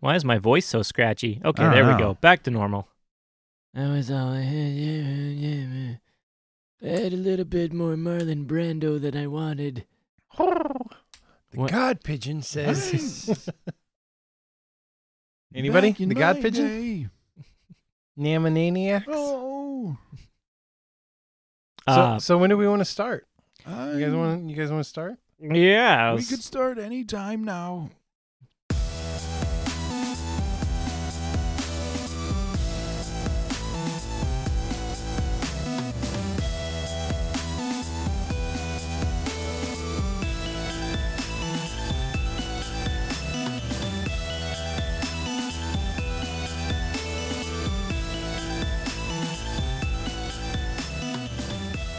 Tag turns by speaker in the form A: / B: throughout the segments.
A: Why is my voice so scratchy? Okay,
B: I don't
A: there we
B: know.
A: go. Back to normal. That was all I had. Yeah, yeah, yeah. Add a little bit more Marlon Brando than I wanted.
C: The
A: What-
C: god pigeon says.
B: Anybody?
C: Back in
B: The god
C: my
B: pigeon?
C: day.
B: Namananiacs?
C: Oh,
B: So,
A: Uh,
B: so when do we want to start?
C: I,
B: You guys want? You guys want to start?
A: yeah.
C: We
A: s-
C: oh, could start any time now.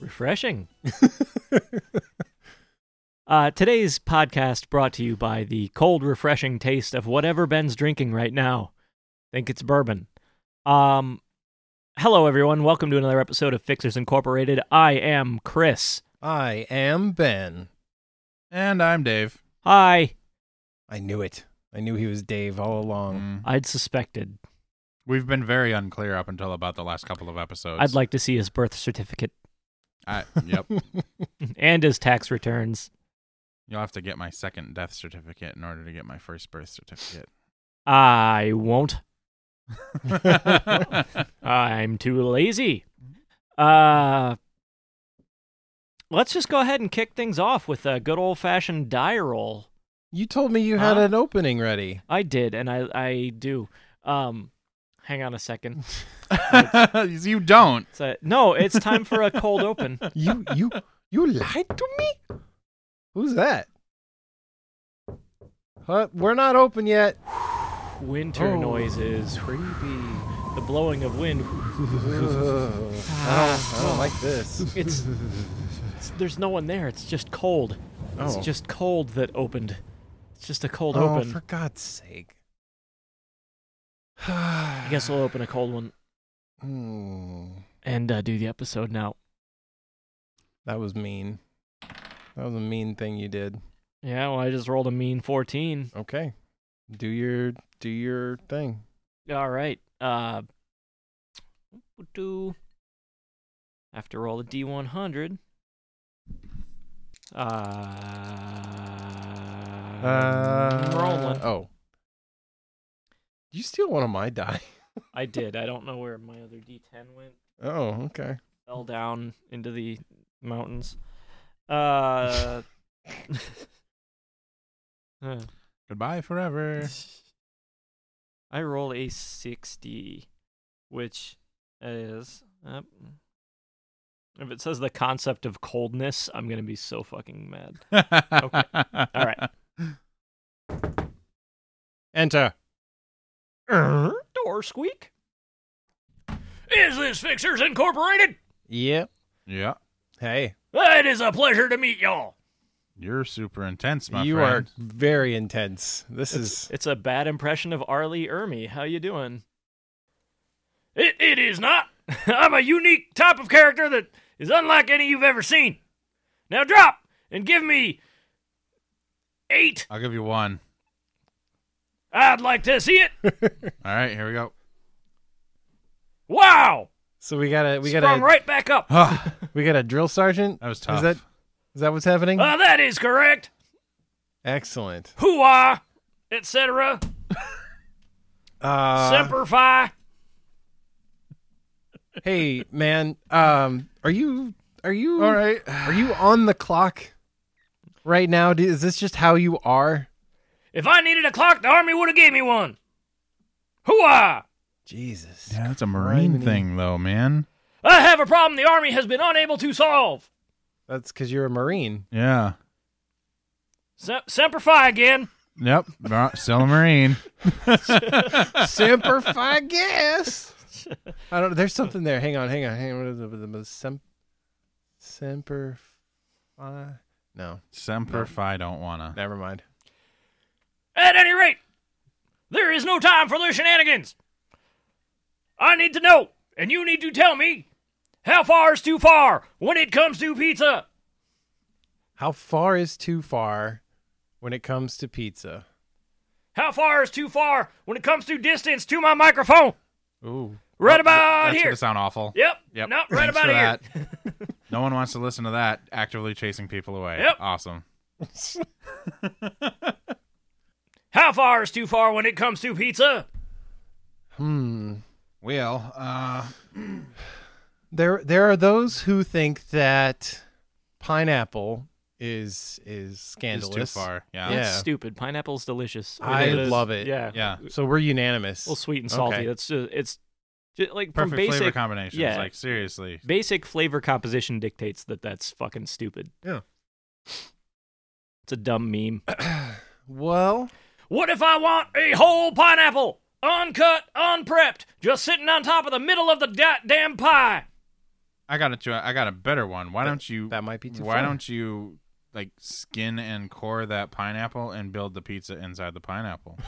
A: Refreshing. uh, today's podcast brought to you by the cold, refreshing taste of whatever Ben's drinking right now. think it's bourbon. Um, hello, everyone. Welcome to another episode of Fixers Incorporated. I am Chris.
B: I am Ben.
C: And I'm Dave.
A: Hi.
B: I knew it. I knew he was Dave all along.
C: Mm.
A: I'd suspected.
C: We've been very unclear up until about the last couple of episodes.
A: I'd like to see his birth certificate
C: I, yep.
A: and his tax returns.
C: You'll have to get my second death certificate in order to get my first birth certificate.
A: I won't. I'm too lazy. Uh, let's just go ahead and kick things off with a good old fashioned die roll.
B: You told me you had
A: Huh?
B: an opening ready.
A: I did, and I I do. Um, hang on a second.
C: you don't.
A: So, no, it's time for a cold open.
B: You you you lied to me. Who's that? Huh? We're not open yet.
A: Winter
B: Oh.
A: noises,
B: Creepy.
A: the blowing of wind.
B: Ugh. I don't, I don't like this.
A: It's, it's there's no one there. It's just cold. It's
B: Oh.
A: just cold that opened. It's just a cold
B: Oh,
A: open.
B: for God's sake.
A: I guess we'll open a cold one
C: Hmm.
B: Mm,
A: and uh, do the episode now.
B: that was mean. That was a mean thing you did.
A: Yeah, well, I just rolled a mean 14.
B: Okay. Do your do your thing.
A: All right. Uh, do after roll a d100. Uh, rolling.
B: Oh. You steal one of my die.
A: I did. I don't know where my other d10 went.
B: Oh, okay.
A: Fell down into the mountains. Uh, huh.
C: Goodbye forever.
A: I roll a 60, which is. Uh, if it says the concept of coldness, I'm going to be so fucking mad. All right.
B: Enter. Uh-huh.
A: Er, Door squeak. Is this Fixers Incorporated?
B: Yep.
C: Yeah.
B: Hey,
A: It is a pleasure to meet y'all.
C: You're super intense, my
B: you
C: friend.
B: are very intense. This is
A: It's a bad impression of Arlie Ermy. How you doing? It, it is not. I'm a unique type of character that is unlike any you've ever seen. Now drop and give me eight.
C: I'll give you one.
A: I'd like to see it.
C: All right, here we go.
A: Wow!
B: so we got to we got
A: Sprung
B: to
A: right back up.
C: Ah,
B: we got a drill sergeant.
C: that was tough.
B: Is that is that what's happening?
A: Uh, that is correct.
B: Excellent.
A: Hooah, etc.
B: Uh,
A: Semper fi.
B: hey, man. Um, are you are you
C: All right.
B: Are you on the clock right now? Do- Is this just how you are?
A: If I needed a clock, the army would have gave me one. Hooah!
B: Jesus.
C: Yeah, that's a marine
B: Criminy.
C: thing, though, man.
A: I have a problem the army has been unable to solve.
B: That's because you're a Marine.
C: Yeah.
A: Se- Semper fi again.
C: Yep. Uh, Still a marine.
B: Semper Fi guess. I don't. There's something there. Hang on. Hang on. Hang on. What is it? What is it? Sem- Semper Fi. No.
C: Semper Fi don't wanna.
B: Never mind.
A: At any rate, there is no time for their shenanigans. I need to know, and you need to tell me, how far is too far when it comes to pizza?
B: How far is too far when it comes to pizza?
A: How far is too far when it comes to distance to my microphone?
B: Ooh.
A: Right
C: That's
A: about here.
C: gonna sound awful.
A: Yep.
C: Yep.
A: Nope, right
C: Thanks
A: about
C: for
A: here.
C: that. no one wants to listen to that. Actively chasing people away.
A: Yep.
C: Awesome.
A: How far is too far when it comes to pizza?
B: Hmm.
C: Well, uh,
B: There there are those who think that pineapple is is
C: it's
B: scandalous.
C: too far. Yeah.
B: Yeah.
A: That's stupid. Pineapple's delicious.
B: I
A: is.
B: love it.
A: Yeah.
C: Yeah.
B: So we're unanimous.
A: A little sweet and salty.
B: Okay.
A: That's uh, it's ju- like
C: Perfect
A: from basic
C: flavor combinations.
A: yeah.
C: Like seriously.
A: basic flavor composition dictates that that's fucking stupid.
B: Yeah.
A: It's a dumb meme.
B: well,
A: What if I want a whole pineapple, uncut, unprepped, just sitting on top of the middle of the goddamn pie?
C: I got a ju- I got a better one. Why don't you
B: that might be too
C: why
B: far.
C: don't you like skin and core that pineapple and build the pizza inside the pineapple?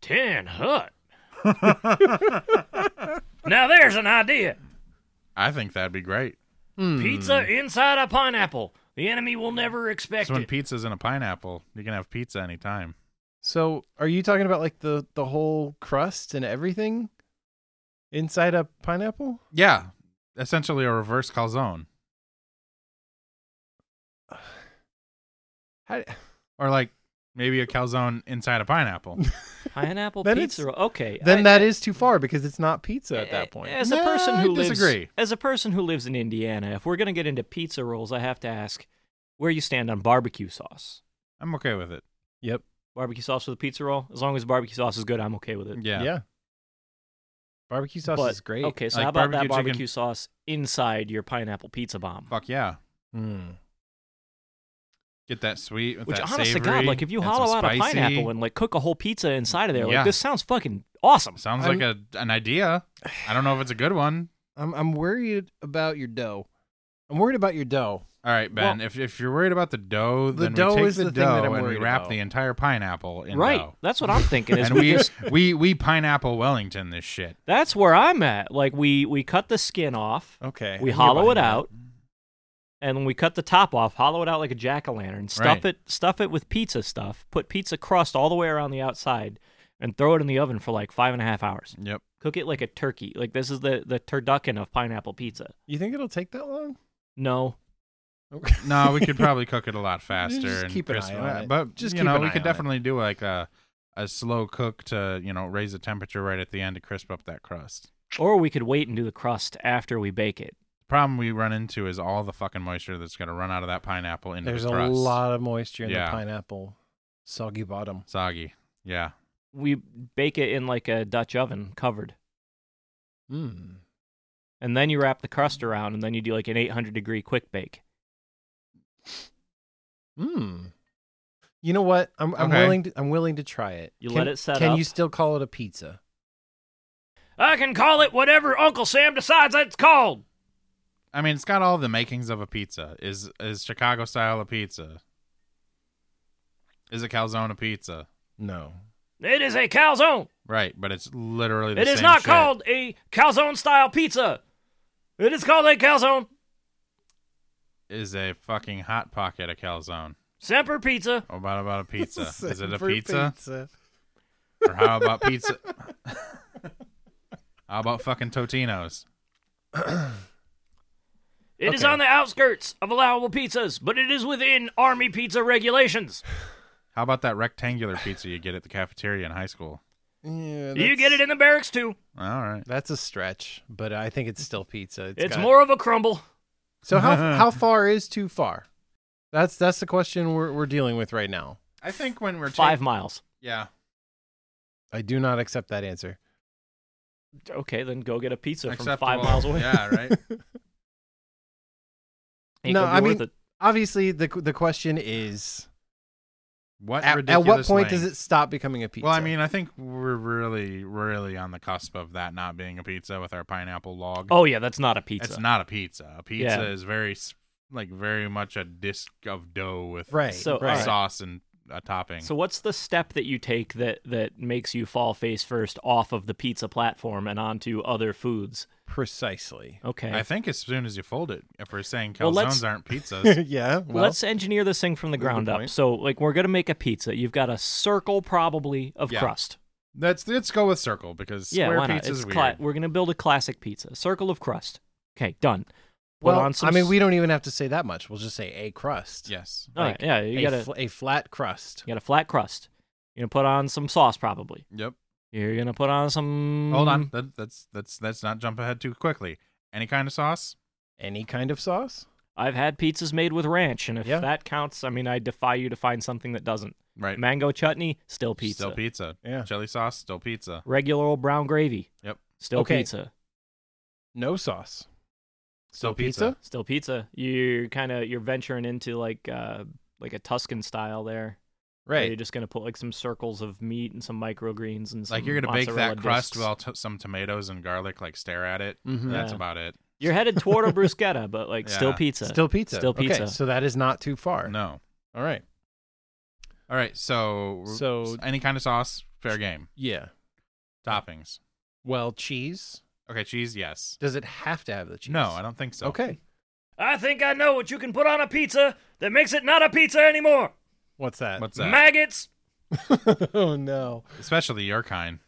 A: Tin hut. now there's an idea.
C: I think that'd be great.
B: Hmm.
A: Pizza inside a pineapple. The enemy will never expect
C: So when
A: it.
C: pizza's in a pineapple, you can have pizza anytime.
B: So are you talking about like the the whole crust and everything inside a pineapple?
C: Yeah. Essentially a reverse calzone.
B: How,
C: Or like maybe a calzone inside a pineapple.
A: pineapple
B: Then
A: pizza. roll. Okay.
B: then
A: I- Eh,
B: that is too far because it's not pizza at that point.
A: As a
C: No,
A: person who
C: I
A: lives
C: disagree.
A: as a person who lives in Indiana, if we're gonna get into pizza rolls, I have to ask where you stand on barbecue sauce.
C: I'm okay with it.
B: Yep.
A: Barbecue sauce with a pizza roll, as long as barbecue sauce is good, I'm okay with it.
C: Yeah.
B: Barbecue sauce
A: But-
B: is great.
A: Okay, so
C: Like
A: how about that
C: barbecue chicken-
A: barbecue sauce inside your pineapple pizza bomb?
C: Fuck yeah.
B: Mm.
C: Get that sweet with
A: Which,
C: that
A: honest to
C: savory.
A: God, like if you
C: and
A: hollow out
C: some
A: a
C: spicy.
A: pineapple and like cook a whole pizza inside of there, like
C: Yeah.
A: this sounds fucking awesome.
C: Sounds like a an idea. I don't know if it's a good one.
B: I'm I'm worried about your dough. I'm worried about your dough.
C: All right, Ben. if if you're worried about the dough,
B: The
C: then
B: dough
C: we take
B: is
C: the,
B: the thing
C: dough
B: that I'm
C: and we
B: worried
C: wrap
B: about.
C: the entire pineapple in
A: right.
C: dough.
A: That's what I'm thinking. Is
C: uh, And
A: we
C: we
A: just,
C: we we pineapple Wellington this shit.
A: that's where I'm at. Like we we cut the skin off,
B: Okay.
A: we
C: you're
A: hollow it
C: behind that.
A: out, and when we cut the top off, hollow it out like a jack o' lantern. Stuff
C: Right.
A: it stuff it with pizza stuff. Put pizza crust all the way around the outside, and throw it in the oven for like five and a half hours.
C: Yep.
A: Cook it like a turkey. Like this is the the turducken of pineapple pizza.
B: you think it'll take that long?
A: No,
B: Okay.
C: No, we could probably cook it a lot faster
B: Just
C: and
B: keep an eye
C: crisp-
B: on it.
C: But
B: Just
C: you
B: keep
C: know,
B: an
C: we
B: eye
C: could
B: on it.
C: definitely do like a a slow cook to you know raise the temperature right at the end to crisp up that crust.
A: or we could wait and do the crust after we bake it.
C: The problem we run into is all the fucking moisture that's gonna run out of that pineapple into
B: There's
C: the
B: a
C: crust.
B: lot of moisture in
C: Yeah.
B: the pineapple soggy bottom.
C: soggy. Yeah.
A: We bake it in like a Dutch oven covered.
B: Mm.
A: And then you wrap the crust around, and then you do like an 800 degree quick bake.
B: Mm. You know what? I'm I'm
C: Hmm. Okay.
B: willing to, I'm willing to try it.
A: You
B: Can-
A: let it set
B: Can
A: up.
B: you still call it a pizza?
A: I can call it whatever Uncle Sam decides that's called.
C: I mean, it's got all the makings of a pizza. Is is Chicago style a pizza? Is a calzone a pizza?
B: No.
A: It is a calzone.
C: Right, but it's literally the
A: It is
C: same
A: not
C: shit.
A: called a calzone style pizza. It is called a calzone.
C: Is a fucking hot pocket a calzone?
A: Semper pizza.
C: What about about a pizza? is it a
B: For
C: pizza? or how about pizza? how about fucking Totino's?
A: It is
B: Okay.
A: on the outskirts of allowable pizzas, but it is within Army pizza regulations.
C: How about that rectangular pizza you get at the cafeteria in high school?
B: Yeah,
A: you get
B: that's-
A: it in the barracks too.
C: All right.
B: That's a stretch, but I think it's still pizza.
A: It's,
B: got-
A: more of a crumble.
B: So how how far is too far? That's that's the question we're we're dealing with right now.
C: I think when we're
A: Five miles.
C: yeah,
B: I do not accept that answer.
A: Okay, then go get a pizza from five miles away.
C: Yeah, right.
A: Ain't gonna
B: No,
A: be
B: I
A: worth
B: mean-
A: it.
B: Obviously, the the question is
C: What
B: at, at
C: ridiculous
B: what point
C: length?
B: does it stop becoming a pizza?
C: Well, I mean, I think we're really, really on the cusp of that not being a pizza with our pineapple log.
A: Oh yeah, that's not a pizza.
C: It's not a pizza. A pizza
A: Yeah.
C: is very, s- like, very much a disc of dough with
B: right.
A: so,
B: right.
A: alright.
C: sauce and a topping.
A: So what's the step that you take that that makes you fall face first off of the pizza platform and onto other foods?
B: Precisely.
A: Okay.
C: I think as soon as you fold it, if we're saying
A: Well,
C: calzones
A: let's-
C: aren't pizzas,
B: yeah. Well,
A: Let's engineer this thing from the
B: That's a good
A: ground up.
B: point.
A: So like we're going to make a pizza. You've got a circle probably of
C: Yeah.
A: crust.
C: that's let's go with circle because
A: Yeah,
C: square
A: why not?
C: pizza is
A: It's
C: weird.
A: cla- we're going to build a classic pizza. Circle of crust. Okay, done. Put
B: well
A: on some
B: I mean,
A: s-
B: we don't even have to say that much. We'll just say a crust.
C: yes,
A: All right,
B: like,
A: yeah, you
B: a,
A: got a
B: fl- a flat crust.
A: you got a flat crust. You're going to put on some sauce probably.
C: yep.
A: You're going to put on some
C: Hold on, that, that's that's that's not jump ahead too quickly. Any kind of sauce?
B: Any kind of sauce?
A: I've had pizzas made with ranch, and if
B: Yeah.
A: that counts, I mean, I defy you to find something that doesn't.
C: Right.
A: Mango chutney, still pizza.
C: Still pizza.
B: Yeah.
C: Chili sauce, still pizza.
A: Regular old brown gravy.
C: Yep.
A: Still
B: Okay.
A: pizza.
B: No sauce.
C: Still
B: pizza?
A: Still pizza. You're kind of you're venturing into like uh like a Tuscan style there. where You're
B: Right.
A: just gonna put like some circles of meat and some microgreens and some
C: Like you're gonna bake
A: mozzarella
C: that crust
A: discs.
C: with all t- some tomatoes and garlic. Like stare at it.
B: Mhm.
C: That's
A: Yeah.
C: about it.
A: You're headed toward a bruschetta, but like still
C: Yeah.
A: pizza.
B: Still pizza.
A: Still
B: Okay,
A: pizza.
B: so that is not too far.
C: No.
B: All right.
C: All right. So
B: So-
C: any kind of sauce, fair game.
B: Yeah.
C: Toppings.
B: Well, cheese.
C: Okay, cheese. Yes.
B: Does it have to have the cheese?
C: No, I don't think so.
B: Okay.
A: I think I know what you can put on a pizza that makes it not a pizza anymore.
B: What's that?
C: What's that?
A: Maggots.
B: oh no.
C: Especially your kind.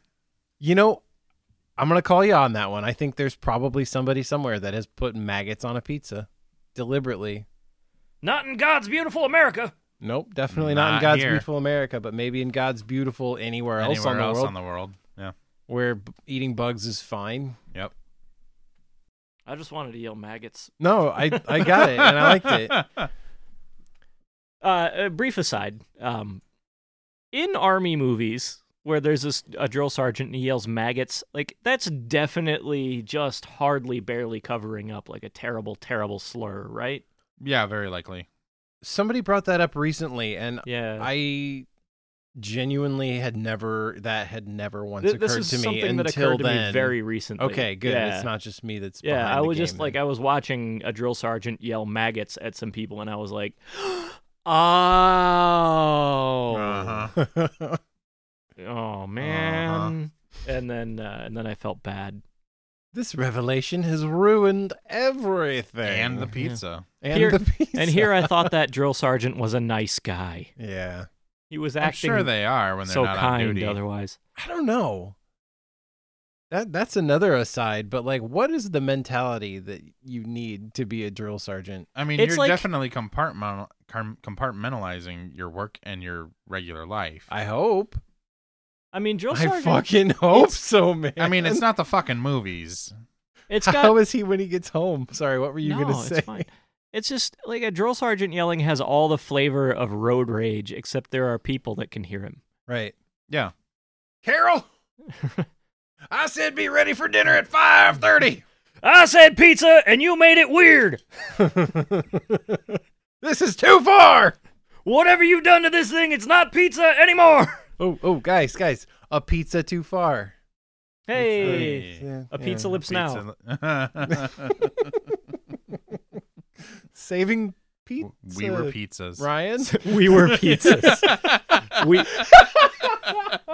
B: You know, I'm gonna call you on that one. I think there's probably somebody somewhere that has put maggots on a pizza deliberately.
A: Not in God's beautiful America.
B: Nope, definitely not, in
C: Not
B: God's
C: here.
B: beautiful America, but maybe in God's beautiful anywhere, else,
C: Anywhere
B: on the,
C: else
B: world,
C: on the world. Yeah.
B: where b- eating bugs is fine.
C: Yep.
A: I just wanted to yell maggots.
B: No, I I got it and I liked it.
A: Uh, a brief aside. Um, in army movies where there's this a drill sergeant and he yells maggots, like that's definitely just hardly barely covering up like a terrible, terrible slur, right?
C: Yeah, very likely.
B: Somebody brought that up recently, and
A: Yeah.
B: I genuinely had never that had never once
A: Th-
B: occurred
A: this is
B: to me
A: something that
B: until
A: occurred to
B: then.
A: me very recently.
B: okay, good.
A: Yeah.
B: It's not just me that's
A: Yeah,
B: behind
A: I
B: the
A: was just
B: game
A: like
B: then.
A: I was watching a drill sergeant yell maggots at some people, and I was like, "Oh,
B: Uh-huh.
A: uh-huh. oh man!" And then uh, and then I felt bad.
B: This revelation has ruined everything.
C: And the pizza.
B: and
A: Here-
B: the pizza.
A: And here I thought that drill sergeant was a nice guy.
B: yeah,
A: He was
C: I'm
A: acting
C: sure they are when they're
A: so
C: not
A: kind.
C: on duty.
A: Otherwise,
B: I don't know. That that's another aside, but like, what is the mentality that you need to be a drill sergeant?
C: I mean,
A: It's
C: you're
A: like-
C: definitely compartmental com- compartmentalizing your work and your regular life. I,
B: I hope.
A: I mean, drill
B: I
A: sergeant.
B: fucking hope
A: it's-
B: so, man.
C: mean, it's not the fucking movies.
A: It's got
B: How is he when he gets home? Sorry, what were you
A: no,
B: gonna say?
A: It's, fine. it's just like a drill sergeant yelling has all the flavor of road rage, except there are people that can hear him.
B: Right.
C: Yeah.
B: Carol, I said be ready for dinner at five thirty.
A: I said pizza, and you made it weird.
B: this is too far.
A: Whatever you've done to this thing, it's not pizza anymore.
B: Oh, oh, guys, guys, a pizza too far.
A: Hey,
C: Hey.
B: Yeah,
A: a pizza lips now.
C: Pizza-
B: Saving pizza.
C: we were pizzas.
B: Ryan.
A: We were pizzas. we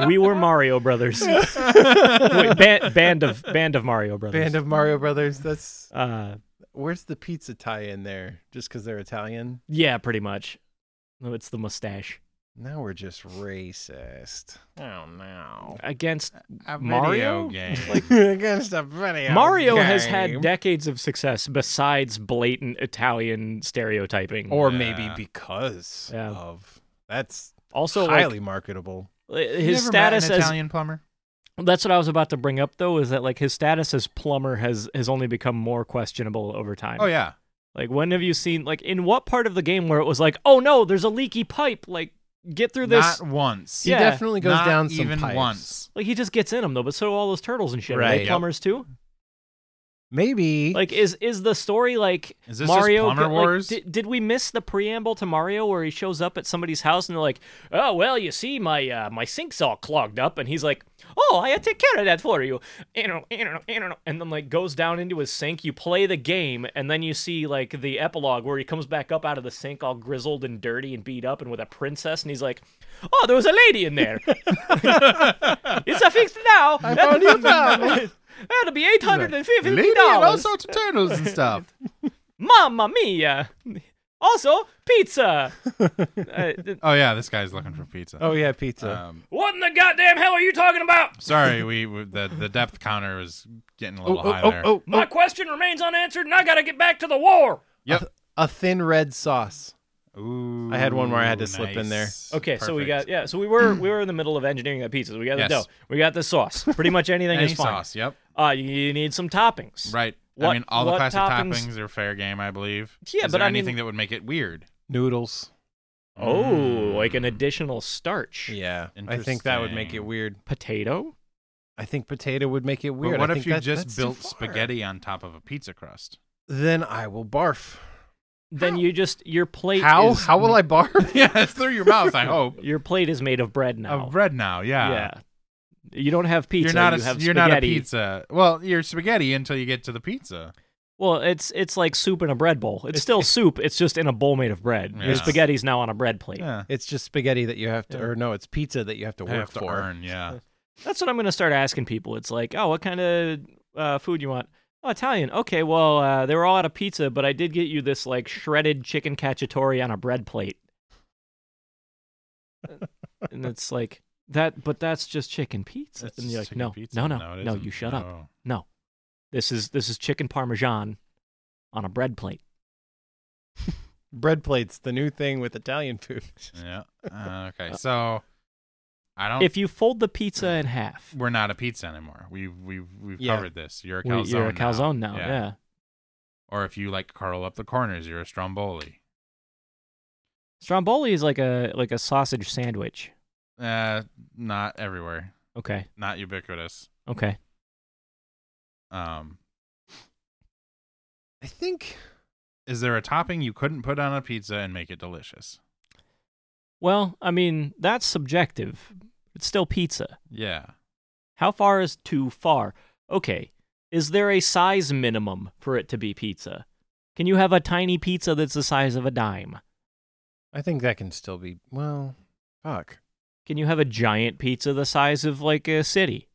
A: we were Mario Brothers. Wait, band, band of band of Mario Brothers.
B: Band of Mario Brothers. That's
A: Uh,
B: where's the pizza tie in there? Just because they're Italian?
A: yeah, pretty much. No, it's the mustache
B: Now we're just racist. Oh no!
A: against
C: A
A: Mario?
C: video game.
B: Against a video.
A: Mario has had
B: game.
A: decades of success besides blatant Italian stereotyping.
B: or maybe
C: Yeah.
B: because
A: Yeah.
B: of that's
A: also, like,
B: highly marketable.
A: his
C: you ever met
A: status
C: an
A: as
C: Italian plumber.
A: That's what I was about to bring up though, is that like his status as plumber has has only become more questionable over time.
C: Oh yeah,
A: Like when have you seen like in what part of the game where it was like, oh no, there's a leaky pipe, like get through this
C: not once.
A: Yeah.
B: He definitely goes
C: Not
B: down some
C: even
B: pipes.
C: once.
A: like he just gets in them though, but so do all those turtles and shit. Are
B: Right.
A: they
B: Yep.
A: plumbers too?
B: Maybe
A: Like, is is the story like
C: Is this
A: Mario?
C: just Plumber
A: like,
C: Wars?
A: did, did we miss the preamble to Mario where he shows up at somebody's house and they're like, "Oh well, you see, my uh, my sink's all clogged up," and he's like, "Oh, I take care of that for you," you know, you know, you know, and then like goes down into his sink. You play the game, and then you see like the epilogue where he comes back up out of the sink all grizzled and dirty and beat up and with a princess, and he's like, "Oh, there was a lady in there. it's a fixed now. I
B: found you a problem."
A: That'll be eight hundred and fifty
C: Lady
A: dollars.
C: and all sorts of turtles and stuff.
A: Mamma mia! Also, pizza! Uh, th-
C: Oh yeah, this guy's looking for pizza.
B: Oh yeah, pizza.
C: Um,
A: what in the goddamn hell are you talking about?
C: sorry, we, we the the depth counter was getting a
B: oh,
C: little
B: oh,
C: high
B: oh,
C: there.
B: oh,
A: My question remains unanswered, and I gotta get back to the war!
C: Yep.
B: a thin red sauce.
C: Ooh,
B: I had one where I had to slip in there.
C: nice.
A: Okay, so we got
C: Perfect.
A: yeah, so we were we were in the middle of engineering that pizza. So we got
C: Yes.
A: the dough, we got the sauce. Pretty much anything
C: any
A: is fine.
C: sauce. Yep.
A: Uh, you, you need some toppings.
C: Right.
A: What-
C: I mean, all the
A: what
C: classic
A: toppings-
C: toppings? are fair game, I believe.
A: Yeah,
C: Is
A: but
C: there
A: I mean-
C: anything that would make it weird.
B: Noodles.
A: Oh,
C: Mm.
A: like an additional starch.
B: Yeah, I think that would make it
C: Interesting.
B: weird.
A: Potato.
B: I think potato would make it
C: But
B: weird. I
C: what if
B: think
C: you
B: that-
C: just
B: that's too
C: built
B: far.
C: spaghetti on top of a pizza crust?
B: Then I will barf.
A: Then you just your plate.
B: How?
A: Is,
B: How will I barf?
C: yeah, it's through your mouth. I hope
A: Your plate is made of bread now.
C: of bread now. Yeah.
A: Yeah. You don't have pizza.
C: you're not
A: you
C: a
A: have
C: you're not a
A: spaghetti.
C: pizza. Well, you're spaghetti until you get to the pizza.
A: Well, it's it's like soup in a bread bowl. It's still soup. It's just in a bowl made of bread.
C: Yeah.
A: Your spaghetti's now on a bread plate.
C: Yeah,
B: It's just spaghetti that you have to,
A: Yeah.
B: or no, it's pizza that you have to
C: I
B: work
C: have to
B: for.
C: earn. Yeah,
A: That's what I'm gonna start asking people. It's like, oh, what kind of uh, food you want? Oh, Italian. Okay, well, uh, they were all out of pizza, but I did get you this like shredded chicken cacciatore on a bread plate. and it's like that, but that's just chicken pizza.
C: That's
A: and you're like,
C: chicken
A: no,
C: pizza.
A: no, no,
C: it
A: no,
C: isn't.
A: you shut up.
C: No.
A: No, this is this is chicken parmesan on a bread plate.
B: Bread plates, the new thing with Italian food.
C: Yeah. Uh, okay. So I don't.
A: If you fold the pizza in half.
C: we're not a pizza anymore. We've we've we've
B: Yeah.
C: covered this. You're a
A: We-
C: calzone.
A: you're a calzone now.
C: Yeah.
A: Yeah.
C: Or if you like curl up the corners, you're a stromboli.
A: Stromboli is like a like a sausage sandwich.
C: Uh, not everywhere.
A: Okay.
C: Not ubiquitous.
A: Okay.
C: Um,
B: I think
C: is there a topping you couldn't put on a pizza and make it delicious?
A: Well, I mean, that's subjective. It's still pizza.
C: Yeah.
A: How far is too far? Okay. Is there a size minimum for it to be pizza? Can you have a tiny pizza that's the size of a dime?
B: I think that can still be well. Fuck
A: Can you have a giant pizza the size of like a city?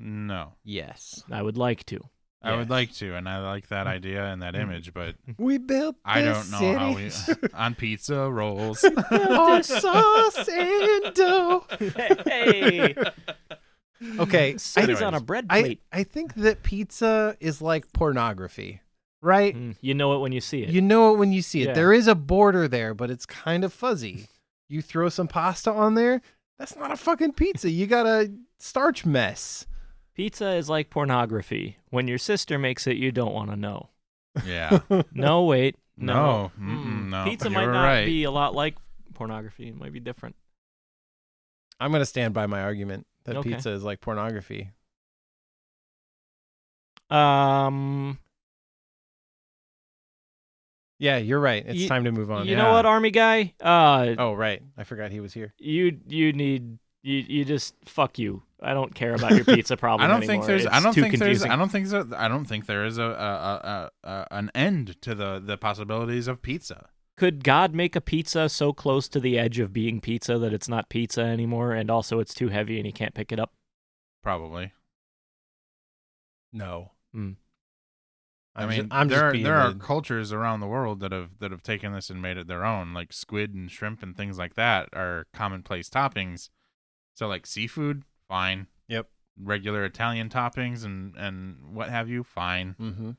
C: No.
B: yes.
A: I would like to.
C: I would
B: Yes.
C: like to, and I like
A: Mm.
C: that idea and that image, but
B: We built.
C: I
B: the
C: don't know how we
B: city
C: on pizza rolls.
B: on sauce and dough.
A: Hey,
B: Okay, I,
A: city's on a bread
B: I
A: plate.
B: I think that pizza is like pornography, right?
A: Mm, you know it when you see it.
B: You know it when you see it.
A: Yeah.
B: There is a border there, but it's kind of fuzzy. You throw some pasta on there, that's not a fucking pizza. You got a starch mess.
A: Pizza is like pornography. When your sister makes it, you don't want to know.
C: Yeah.
A: No, wait.
C: No.
A: No.
C: Mm-mm, no.
A: Pizza
C: You
A: might
C: were
A: not
C: right.
A: be a lot like pornography. It might be different.
B: I'm gonna stand by my argument that
A: Okay.
B: pizza is like pornography.
A: Um,
B: Yeah, you're right. It's
A: You-
B: time to move on.
A: you
C: yeah.
A: know what, Army guy? Uh,
B: Oh right, I forgot he was here.
A: you you need you you just fuck you. I don't care about your pizza problem
C: I don't
A: anymore.
C: think there's.
A: It's
C: I don't
A: too
C: think there's.
A: confusing.
C: I don't think. So, I don't think there is a, a, a, a an end to the the possibilities of pizza.
A: Could God make a pizza so close to the edge of being pizza that it's not pizza anymore, and also it's too heavy and he can't pick it up?
C: Probably.
B: No,
A: Mm.
C: I
B: I'm
C: mean,
B: just, I'm
C: there
B: just
C: are,
B: being
C: there are
B: the-
C: cultures around the world that have that have taken this and made it their own. Like squid and shrimp and things like that are commonplace toppings. So like seafood, fine.
B: Yep.
C: Regular Italian toppings and and what have you, fine.
B: Mhm.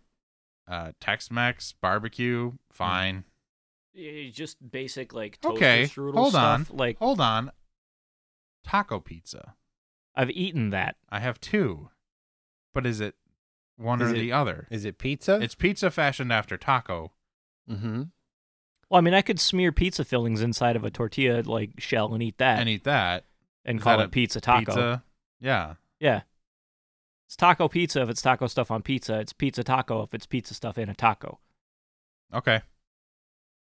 C: Uh, Tex-Mex
A: Hmm.
C: barbecue, fine.
A: Y- Just basic like toaster
C: Okay,
A: strudel
C: hold on.
A: stuff. Like
C: Hold on. Taco pizza.
A: I've eaten that.
C: I have two. But is it one
B: Is
C: or
B: it-
C: the other?
B: Is it pizza?
C: It's pizza fashioned after taco.
B: mm-hmm.
A: Well, I mean, I could smear pizza fillings inside of a tortilla like shell and eat that
C: And eat that.
A: and
C: Is
A: call
C: that
A: it
C: a
A: pizza taco.
C: Pizza. Yeah.
A: Yeah. It's taco pizza if it's taco stuff on pizza. It's pizza taco if it's pizza stuff in a taco.
C: Okay.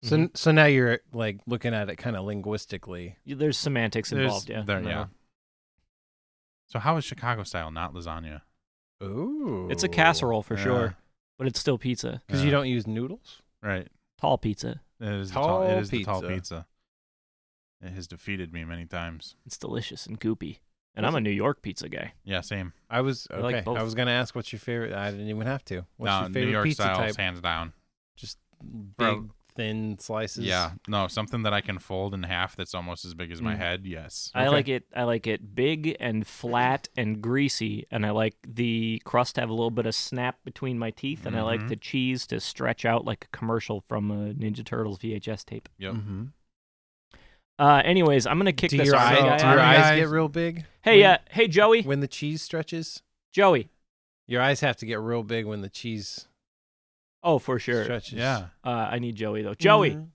B: So so now you're like looking at it kind of linguistically.
A: Y- There's semantics
C: There's-
A: involved, yeah.
C: There,
B: No.
C: yeah. So how is Chicago style not lasagna?
B: Ooh.
A: It's a casserole for
C: Yeah.
A: sure, but it's still pizza.
B: because you
C: Yeah.
B: don't use noodles.
C: Right.
A: Tall pizza.
C: It is, the tall, it
B: Tall
C: is the tall
B: pizza.
C: pizza. It has defeated me many times.
A: It's delicious and goopy. And I'm a New York pizza guy.
C: Yeah, same.
B: I was
A: I like
B: okay.
A: both.
B: I was gonna ask what's your favorite. I didn't even have to. What's
C: no,
B: your favorite
C: New York
B: pizza
C: style
B: type?
C: is hands down.
B: Just big
C: Bro.
B: thin slices.
C: Yeah. No, something that I can fold in half that's almost as big as my
B: Mm.
C: head. Yes.
A: I
B: Okay.
A: like it I like it big and flat and greasy and I like the crust to have a little bit of snap between my teeth and I like
C: Mhm.
B: Mm-hmm.
A: the cheese to stretch out like a commercial from a Ninja Turtles VHS tape.
C: Yep.
B: Mm-hmm.
A: uh, anyways, I'm gonna kick
B: Do
A: this
B: your,
A: army
B: eye,
C: eyes-
A: guy
B: do
A: out.
B: your
C: Army
B: eyes
C: guys-
B: get real big?
A: uh, Hey,
B: when,
A: uh, hey Joey,
B: when the cheese stretches,
A: Joey.
B: your eyes have to get real big when the cheese
A: Oh, for sure.
B: stretches.
C: Yeah.
A: Uh, I need Joey though. Joey,
B: Mhm.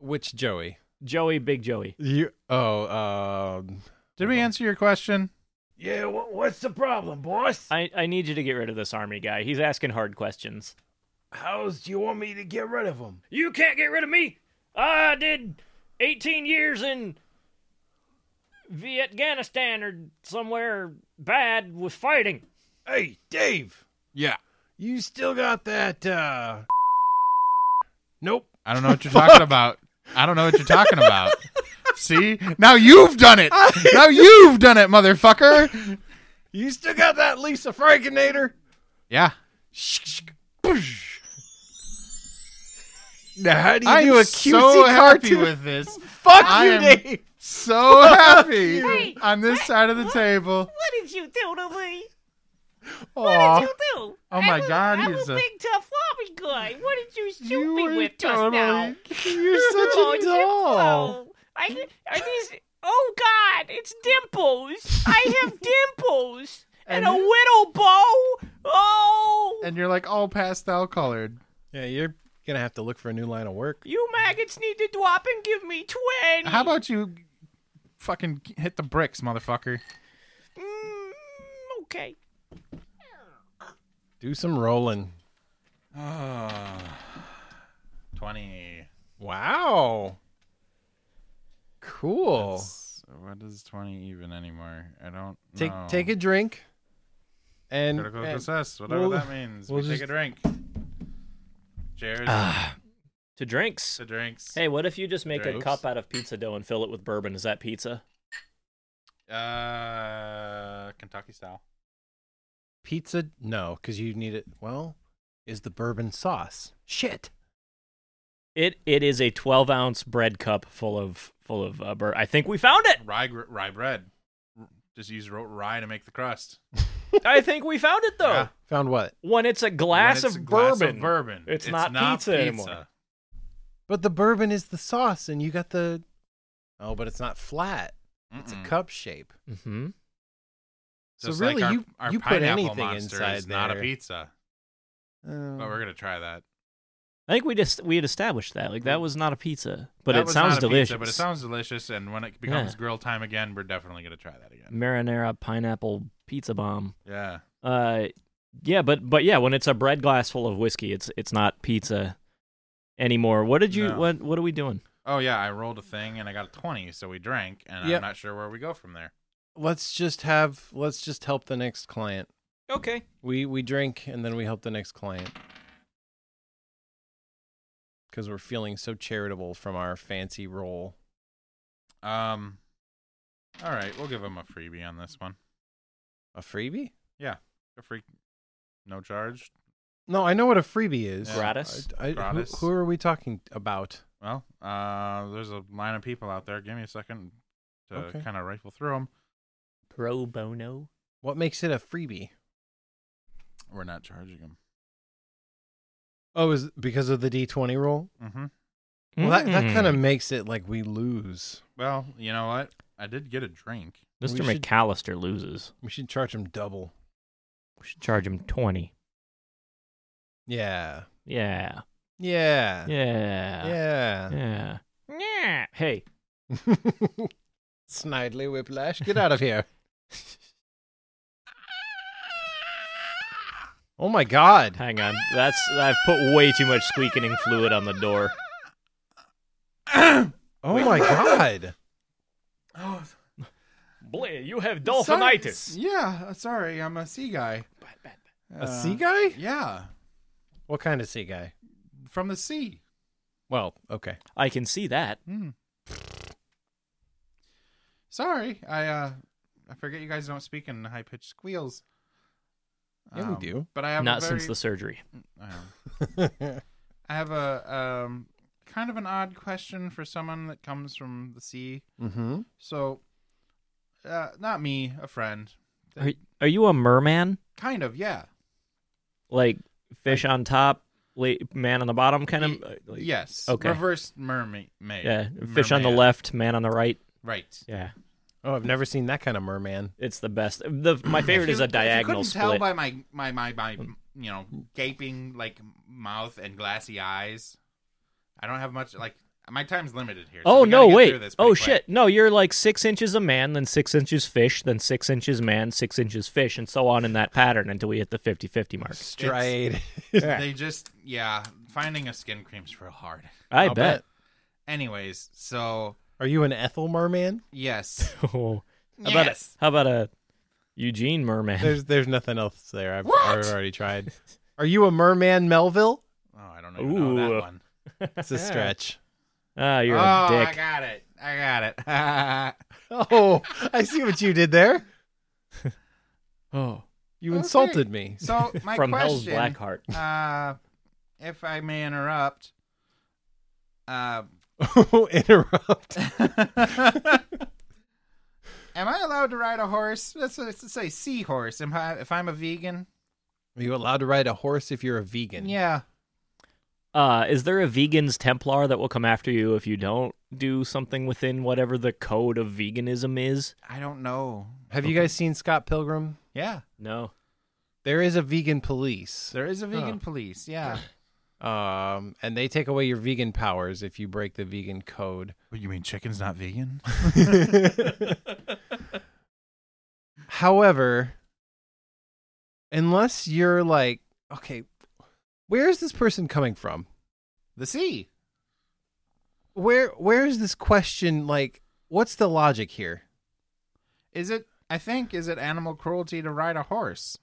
B: Which Joey?
A: Joey, big Joey.
B: You. Oh. Um,
C: Did we
B: Hold on.
C: answer your question?
B: yeah. What, what's the problem, boss?
A: I, I need you to get rid of this army guy. He's asking hard questions.
B: How's do you want me to get rid of him?
A: You can't get rid of me. I did 18 years in Afghanistan or somewhere bad with fighting.
B: Hey, Dave.
C: Yeah.
B: You still got that? uh Nope.
C: I don't know what you're talking about. I don't know what you're talking about. See? Now you've done it. Now you've done it, motherfucker.
B: You still got that Lisa Frankenator?
C: Yeah.
B: Now, how do you
C: I'm
B: do a QC
C: so happy
B: cartoon?
C: with this.
B: Fuck
C: I
B: you,
C: am-
B: Dave.
C: So happy
D: Hey,
C: on this side of the table.
D: What did you do to me?
C: Aw,
D: What did you do?
C: Oh my
D: I was,
C: God,
D: I'm
C: he's
D: a
C: a-
D: big tough floppy guy. What did you shoot
C: you
D: me
C: were
D: with just now?
C: totally, you're such
D: Oh,
C: a doll.
D: Dimple. I are these. Oh God, it's dimples. I have dimples and, a
C: And-
D: widow bow. Oh,
C: And you're like all pastel colored.
B: Yeah, you're gonna have to look for a new line of work.
D: you maggots need to drop and give me twenty.
C: How about you fucking hit the bricks, motherfucker?
D: Mm, okay.
B: Do some rolling.
C: Oh, 20.
B: Wow. Cool.
C: That's- What is 20 even anymore? I don't
B: take
C: know.
B: take a drink. And,
C: Critical
B: Mm, and-
C: success, whatever
B: we'll-
C: that means.
B: we'll
C: we take
B: just-
C: a drink. Cheers
A: To drinks.
C: to drinks.
A: Ah. Hey, what if you just make a
C: Drinks.
A: cup out of pizza dough and fill it with bourbon? Is that pizza?
C: Uh, Kentucky style.
B: pizza? No, because you need it. Well, is the bourbon sauce? Shit.
A: It it is a 12 ounce bread cup full of full of uh, bur- I think we found it.
C: Rye, gr- rye bread. R- Just use ro- rye to make the crust.
A: I think we found it
B: Oh.
A: though.
C: Yeah.
B: Ah, Found what?
A: When it's a glass,
C: When it's
A: of,
C: a
A: bourbon,
C: glass of bourbon.
A: It's not pizza anymore.
B: But the bourbon is the sauce, and you got the. Oh, but it's not flat. It's a
C: Mm-mm.
B: cup shape.
A: Mm-hmm.
B: So
C: Just
B: really,
C: like our,
B: you
C: our
B: you put
C: pineapple
B: anything
C: monster
B: inside
C: is not a
B: there.
C: pizza.
B: Um,
C: But we're gonna try that.
A: I think we just we had established that like that was not a pizza, but
C: Hmm. That
A: it
C: was
A: sounds
C: not a
A: delicious.
C: Pizza, but it sounds delicious, and when it becomes
A: Yeah.
C: grill time again, we're definitely gonna try that again.
A: marinara pineapple pizza bomb.
C: Yeah.
A: Uh, yeah, but but yeah, when it's a bread glass full of whiskey, it's it's not pizza anymore. What did you
C: No.
A: what what are we doing?
C: Oh yeah, I rolled a thing and I got a twenty, so we drank, and
B: Yep.
C: I'm not sure where we go from there.
B: let's just have let's just help the next client.
A: Okay,
B: We we drink and then we help the next client. Because we're feeling so charitable from our fancy roll.
C: Um. All right, we'll give him a freebie on this one.
B: A freebie?
C: A free, no charge.
B: No, I know what a freebie is.
C: Yeah.
A: gratis.
B: I- I- who-
C: Gratis.
B: Who, are we talking about?
C: Well, uh, there's a line of people out there. Give me a second to
B: Okay.
C: kind of rifle through them.
A: Pro bono.
B: What makes it a freebie?
C: We're not charging them.
B: Oh, is it because of the D twenty roll?
C: Mm-hmm.
B: Well, that,
A: Hmm.
B: that kind of makes it like we lose.
C: Well, you know what? I did get a drink.
A: Mr.
B: we should-
A: McAllister loses.
B: We should charge them double.
A: We should charge him twenty.
B: Yeah.
A: Yeah,
B: Yeah.
A: yeah,
B: Yeah.
A: yeah. yeah. Hey,
B: Snidely Whiplash, get out of here. Oh my god.
A: Hang on. That's I've put way too much squeaking fluid on the door.
B: Oh my god.
C: Oh,
A: Blair, you have
C: yeah, uh, sorry, I'm a sea guy.
B: A sea guy?
C: Yeah,
B: Uh, What kind of sea guy?
C: from the sea.
B: Well, okay.
A: I can see that.
C: Hmm. Sorry, I uh, I forget you guys don't speak in high pitched squeals. Um,
B: Yeah, we do.
C: But I have a
A: Not since
C: very-
A: the surgery.
C: Um, I have a um, kind of an odd question for someone that comes from the sea.
B: Mm-hmm.
C: So, uh, not me, a friend.
A: Are, are you a merman?
C: Kind of, yeah.
A: Like fish on top, la- man on the bottom, kind of. uh,
C: Y-
A: Like-
C: yes.
A: okay.
C: Reverse mermaid. Maid.
A: Yeah. Fish on the
C: Merman.
A: left, man on the right.
C: Right.
A: Yeah.
B: Oh, I've never seen that kind of merman.
A: It's the best. The my favorite
C: If
A: is
C: you-
A: a diagonal
C: if you couldn't tell
A: split.
C: by my, my, my, my, you know, gaping, like, mouth and glassy eyes, I don't have much, like, my time's limited here. so
A: Oh
C: we gotta
A: no!
C: get
A: Wait.
C: through this
A: Oh
C: pretty quick.
A: shit! No, you're like six inches a man, then six inches fish, then six inches man, six inches fish, and so on in that pattern until we hit the 50-50 mark.
B: Stride.
C: They just, yeah, finding a skin cream's real hard.
A: I
B: I'll
A: bet.
C: Anyways, so,
B: Are you an Ethel merman?
C: yes.
A: Oh. How about
C: yes.
A: a, how about a Eugene merman?
B: There's there's nothing else there. I've,
D: What?
B: I've already tried. Are you a merman Melville?
C: Oh, I don't even know
A: Ooh.
C: that one.
B: It's a stretch.
A: Ah, you're
C: oh,
A: a
C: I
A: dick.
C: got it. I got it.
B: Oh, I see what you did there.
A: Oh,
B: You
C: Okay.
B: insulted me.
C: so my
A: from Hell's
C: question,
A: Black Heart.
C: uh, if I may interrupt, uh,
B: Interrupt.
C: am I allowed to ride a horse? Let's, let's say seahorse. Am I, if I'm a vegan?
B: Are you allowed to ride a horse if you're a vegan?
C: Yeah.
A: Uh, is there a vegans Templar that will come after you if you don't do something within whatever the code of veganism is?
C: I don't know.
B: Have you guys seen Scott Pilgrim?
C: Yeah,
A: No.
B: There is a vegan police,
C: there is a vegan police. Yeah.
B: um, and they take away your vegan powers if you break the vegan code.
C: What, you mean chicken's not vegan?
B: However, unless you're like, okay, where is this person coming from?
C: The sea.
B: Where where is this question like what's the logic here?
C: Is it? I think is it animal cruelty to ride a horse?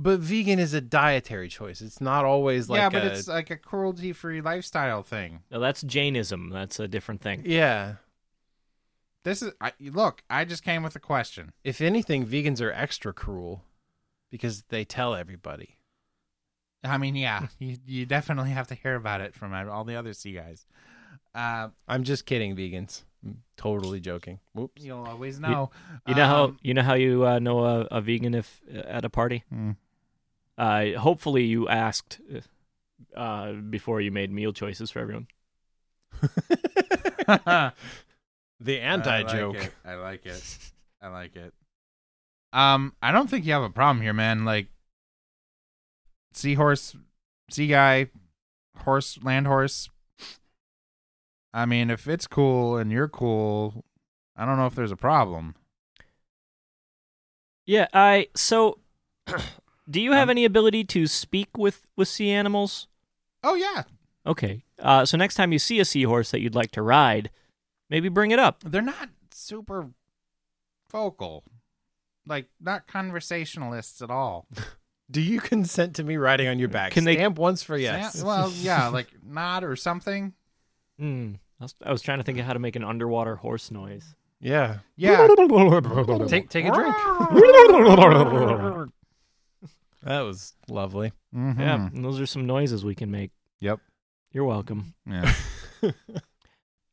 B: But vegan is a dietary choice. It's not always like
C: yeah, but
B: a-
C: it's uh, like a cruelty-free lifestyle thing.
A: No, that's Jainism. That's a different thing.
B: Yeah.
C: This is I, look. I just came with a question.
B: If anything, vegans are extra cruel because they tell everybody.
C: I mean, yeah, you, you definitely have to hear about it from all the other sea guys. Uh,
B: I'm just kidding, vegans. I'm totally joking. Whoops.
C: you'll always know.
A: You know how
C: Um,
A: you know how you uh, know a, a vegan if at a party.
C: Hmm.
A: Uh, hopefully, you asked uh, before you made meal choices for everyone.
B: The
C: I like it. I like it. I like it. Um, I don't think you have a problem here, man. Like seahorse, sea guy, horse, land horse. I mean, if it's cool and you're cool, I don't know if there's a problem.
A: Yeah, I so do you have
C: Um,
A: any ability to speak with with sea animals?
C: Oh yeah,
A: Okay. Uh, so next time you see a seahorse that you'd like to ride, maybe bring it up.
C: they're not super vocal, like not conversationalists at all.
B: Do you consent to me riding on your back?
A: Can they-
B: Stamp once for yes.
C: Yeah, well, yeah, like nod or something.
A: Hmm. I was, I was trying to think of how to make an underwater horse noise.
B: yeah.
C: Yeah.
B: Take take a drink. That was lovely.
C: Mhm.
A: Yeah, and those are some noises we can make.
C: Yep.
A: You're welcome.
C: Yeah. All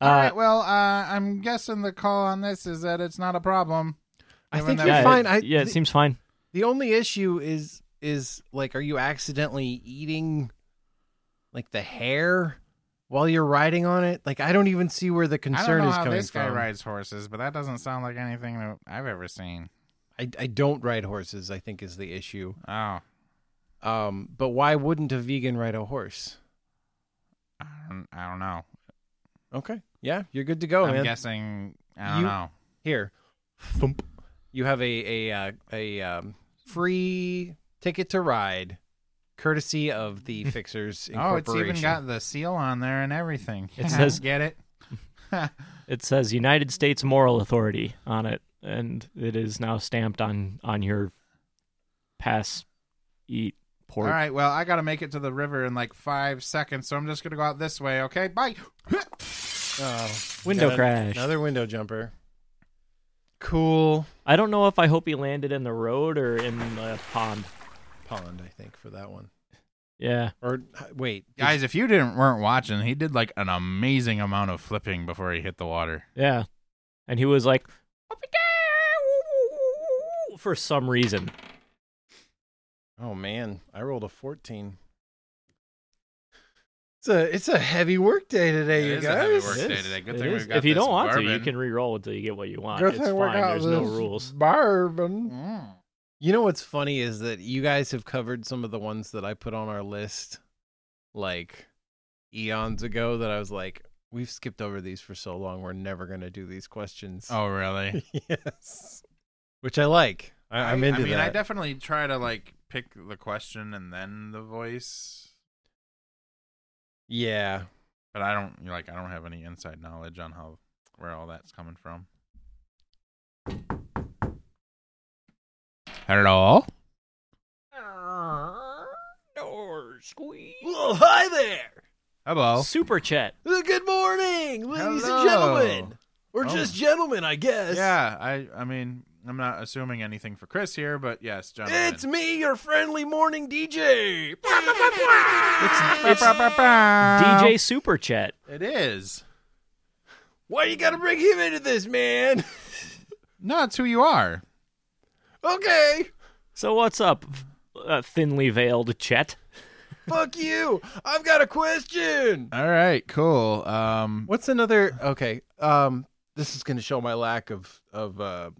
A: Uh,
C: right. Well, uh, I'm guessing the call on this is that it's not a problem.
B: I
C: Given
B: think
C: that
B: you're
A: yeah,
B: fine.
A: It,
B: I,
A: yeah, it
B: the,
A: seems fine.
B: the only issue is is like, are you accidentally eating like the hair while you're riding on it? Like, I don't even see where the
C: I don't
B: concern
C: know
B: is
C: how
B: coming
C: this guy
B: from.
C: rides horses, but that doesn't sound like anything that I've ever seen.
B: I I don't ride horses. I think is the issue.
C: Oh,
B: Um, but why wouldn't a vegan ride a horse?
C: I don't, I don't know.
B: Okay. Yeah, you're good to go,
C: I'm
B: Oh, man.
C: guessing. I don't
B: You-
C: know.
B: Here, thump. You have a a uh, a um, free Ticket to Ride, courtesy of the Fixers
C: Oh, it's
B: Incorporation.
C: even got the seal on there and everything.
A: It says-
C: get it.
A: It says United States Moral Authority on it, and it is now stamped on on your pass, eat, port.
C: All right, well, I got to make it to the river in like five seconds, so I'm just going to go out this way, okay? Bye.
B: Oh,
A: Window
B: got a-
A: crash.
B: Another window jumper. Cool
A: I don't know if I hope he landed in the road or in the pond.
B: pond, I think, for that one.
A: Yeah.
B: Or h- wait, did-
C: Guys, if you didn't weren't watching, he did like an amazing amount of flipping before he hit the water.
A: Yeah. And he was like, "Whoop-a-da, for some reason.
B: Oh man, I rolled a fourteen. It's a it's a heavy work day today,
C: It
B: you
C: is a
B: guys.
C: heavy work
A: It
C: day
A: is-
C: today. Good
A: it
C: thing
A: is.
C: we've got
A: if you don't
C: this
A: want to, you
C: bourbon.
A: can re-roll until you get what you want.
B: Good
A: it's
B: thing we
A: fine.
B: got
A: There's no
B: this
A: rules.
B: Bourbon.
C: Mm.
B: You know what's funny is that you guys have covered some of the ones that I put on our list, like eons ago. That I was like, we've skipped over these for so long. We're never gonna do these questions.
C: Oh, really?
B: yes. Which I like. I, I'm into
C: I mean,
B: that.
C: I definitely try to like pick the question and then the voice,
B: yeah.
C: but I don't you know, like I don't have any inside knowledge on how where all that's coming from. Hello.
D: Door squeeze.
B: Well, hi there.
C: Hello.
A: Super chat.
B: Uh, Good morning, ladies and
C: Hello.
B: gentlemen. Or
C: Oh.
B: just gentlemen, I guess.
C: Yeah, I I mean, I'm not assuming anything for Chris here, but yes, John.
B: It's me, your friendly morning DJ.
A: It's DJ Super Chat.
C: It is.
B: Why you gotta bring him into this, man?
C: No, it's who you are.
B: Okay,
A: So what's up, uh, thinly veiled Chet?
B: fuck you. I've got a question.
C: All right, cool. Um
B: Um, What's another? Okay, um, this is gonna show my lack of of uh,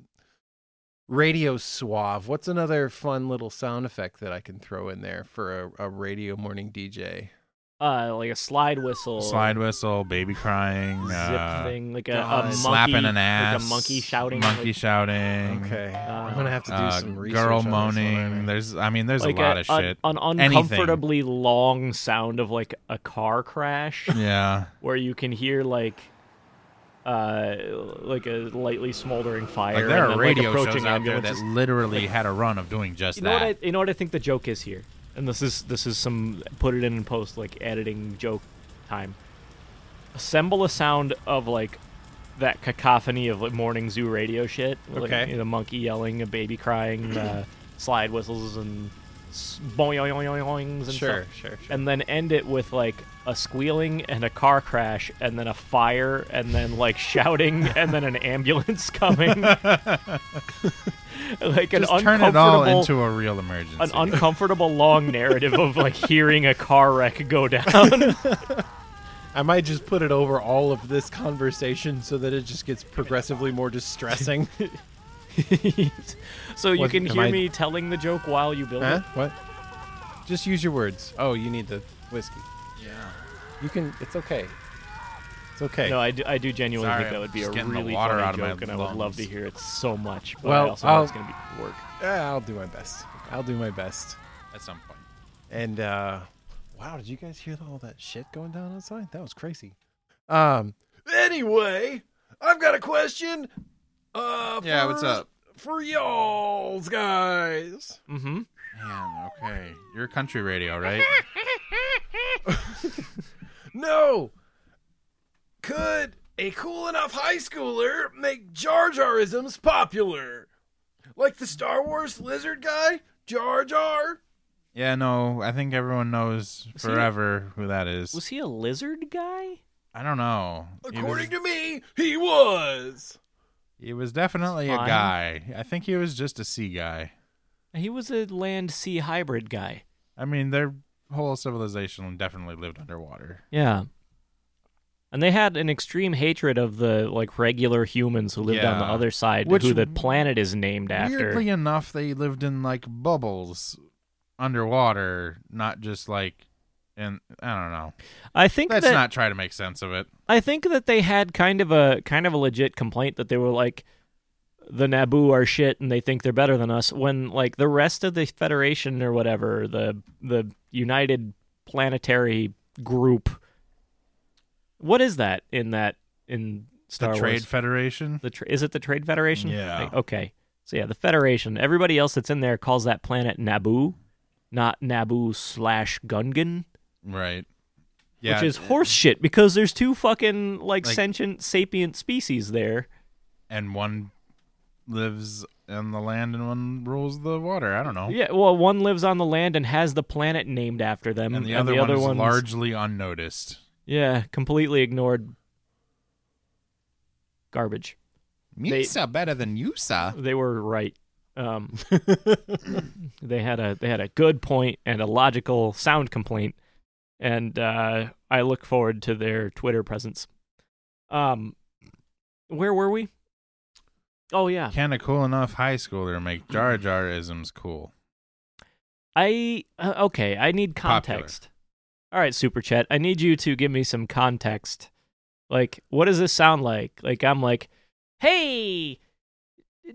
B: radio suave. What's another fun little sound effect that I can throw in there for a, a radio morning DJ?
A: Uh, like a slide whistle.
C: slide whistle, baby crying,
A: Zip
C: uh,
A: thing. Like a, a
B: God.
A: monkey.
C: slapping an
A: Like
C: ass,
A: a monkey shouting.
C: monkey
A: like,
C: shouting.
B: Okay, I'm
A: Uh,
B: gonna have to do
C: uh,
B: some research.
C: girl
B: on this one, aren't I?
C: moaning. There's, I mean, there's
A: like
C: a lot of shit.
A: An, an
C: Anything.
A: uncomfortably long sound of like a car crash.
C: yeah,
A: where you can hear like uh like a lightly smoldering fire
C: like there
A: and
C: are
A: then,
C: radio
A: like, approaching
C: shows out there that
A: ambulances.
C: literally had a run of doing just
A: you know
C: that.
A: what I you know what I think the joke is here and this is this is some put it in post like editing joke time assemble a sound of like that cacophony of like morning zoo radio shit like,
B: Okay.
A: you know, monkey yelling a baby crying uh, slide whistles and s- boing boing, boing boings and
B: Sure,
A: stuff
B: sure, sure.
A: and then end it with like a squealing and a car crash and then a fire and then like shouting and then an ambulance coming like an
C: Just turn
A: uncomfortable
C: it all into a real emergency.
A: an uncomfortable long narrative of like hearing a car wreck go down
B: I might just put it over all of this conversation so that it just gets progressively more distressing.
A: so you
B: What-
A: can
B: am
A: hear
B: I-
A: me telling the joke while you build
B: huh?
A: it
B: What? Just use your words. Oh, you need the whiskey.
C: yeah.
B: You can. It's okay. It's okay.
A: no I do, I do genuinely
C: Sorry,
A: think that would be
C: just
A: a
C: getting the
A: really
C: water
A: funny
C: out of my
A: joke and I would love to
C: lungs.
A: hear it so much but I
B: Well,
A: also know
B: I'll-
A: it's gonna be work
B: Yeah, Ah, I'll do my best. I'll do my best.
C: At some point.
B: And uh, wow, did you guys hear all that shit going down outside? That was crazy. Um. Anyway, I've got a question. Uh.
C: Yeah,
B: for-
C: what's up?
B: For y'all's guys.
A: mm-hmm
C: Man, okay. You're country radio, right?
B: No. Could a cool enough high schooler make Jar Jarisms popular? Like the Star Wars lizard guy, Jar Jar?
C: yeah, no. I think everyone knows
A: Was he-
C: forever who that is.
A: was he a lizard guy
C: I don't know. He was-
B: According to me, he was.
C: He was definitely a
A: Fine.
C: guy. I think he was just a sea guy.
A: He was a land sea hybrid guy.
C: I mean, their whole civilization definitely lived underwater.
A: Yeah. And they had an extreme hatred of the like regular humans who lived on the
C: Yeah.
A: other side,
C: Which-
A: who the planet is named after.
C: Weirdly enough, they lived in like bubbles underwater, not just like and I don't know.
A: I think
C: Let's
A: that
C: not try to make sense of it.
A: I think that they had kind of a kind of a legit complaint that they were like the Naboo are shit and they think they're better than us when like the rest of the Federation or whatever, the the United Planetary Group what is that in that in Star
C: the Trade
A: Wars?
C: Federation.
A: the tra- is it the Trade Federation?
C: Yeah.
A: Like, okay. So yeah, the Federation. Everybody else that's in there calls that planet Naboo, not Naboo slash Gungan,
C: Right. Yeah.
A: which is horse shit because there's two fucking like,
C: Like-
A: sentient sapient species there.
C: and one lives on the land and one rules the water. I don't know.
A: Yeah, well, one lives on the land and has the planet named after them,
C: And the other,
A: the other
C: one
A: one's-
C: is largely unnoticed.
A: yeah, completely ignored. Garbage. They-
C: Misa better than Yusa.
A: They were right. Um, they had a they had a good point and a logical sound complaint, and uh, I look forward to their Twitter presence. Um, where were we? Oh yeah,
C: Can a cool enough high schooler make Jar Jar isms cool?
A: I uh, okay. I need
C: Popular.
A: context. All right, super chat. I need you to give me some context. Like, what does this sound like? Like, I'm like, hey,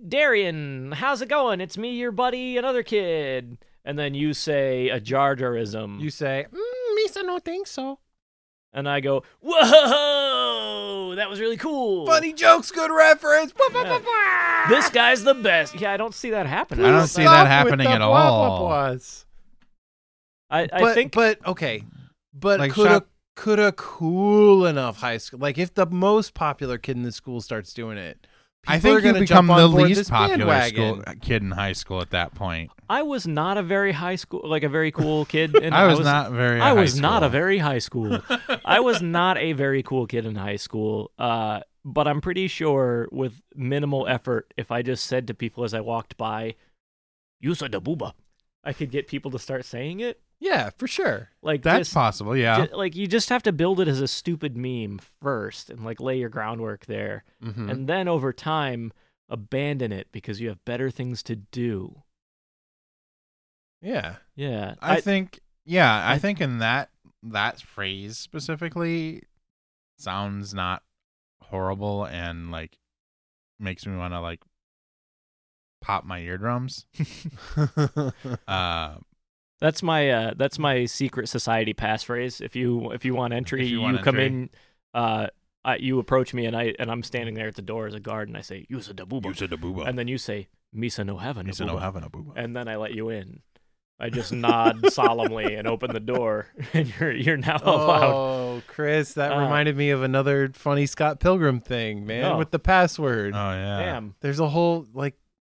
A: Darian, how's it going? It's me, your buddy, another kid. And then you say a Jar Jarism,
B: You say, mm, Misa, no think so.
A: and I go, whoa, that was really cool.
B: Funny jokes, good reference. Blah, blah,
A: Yeah.
B: blah, blah.
A: This guy's the best. Yeah, I don't see that happening.
C: I don't
B: Please
C: see
B: stop
C: that
B: with
C: happening
B: the
C: at
B: blah, blah,
C: all.
B: blahs.
A: I, I
B: but,
A: think
B: but okay, but
C: Like
B: could a
C: shop-
B: could a cool enough high school like if the most popular kid in the school starts doing it,
C: I
B: people are
C: think you
B: gonna
C: become
B: jump on
C: the
B: board
C: least
B: this
C: popular
B: bandwagon.
C: school, kid in high school at that point.
A: I was not a very high school, like a very cool kid. And
C: I was, not very.
A: I
C: high
A: was not
C: school.
A: a very high school. I was not a very cool kid in high school. Uh, but I'm pretty sure with minimal effort, if I just said to people as I walked by, "You said the booba," I could get people to start saying it.
B: Yeah, for sure.
A: Like
C: That's
A: just,
C: possible. Yeah.
A: ju- like you just have to build it as a stupid meme first, and like lay your groundwork there,
B: Mm-hmm.
A: and then over time abandon it because you have better things to do.
B: yeah,
A: Yeah,
C: I, think. Yeah, I,
A: I-
C: think in that that phrase specifically sounds not horrible and like makes me want to like pop my eardrums. Uh,
A: That's my uh, that's my secret society passphrase. If you if you want entry,
C: If you
A: you,
C: want
A: come
C: entry.
A: in, uh, I, you approach me, and I and I'm standing there at the door as a guard, and I say, "Use a dabuba,"
C: said a booba.
A: and then you say, "Misa no heaven,"
C: He said, "No having a booba."
A: and then I let you in. I just nod solemnly and open the door, and you're you're now allowed.
B: oh, Chris, that
A: Uh, Oh.
B: reminded me of another funny Scott Pilgrim thing, man,
A: No.
B: with the password.
C: oh yeah.
A: Damn,
B: There's a whole like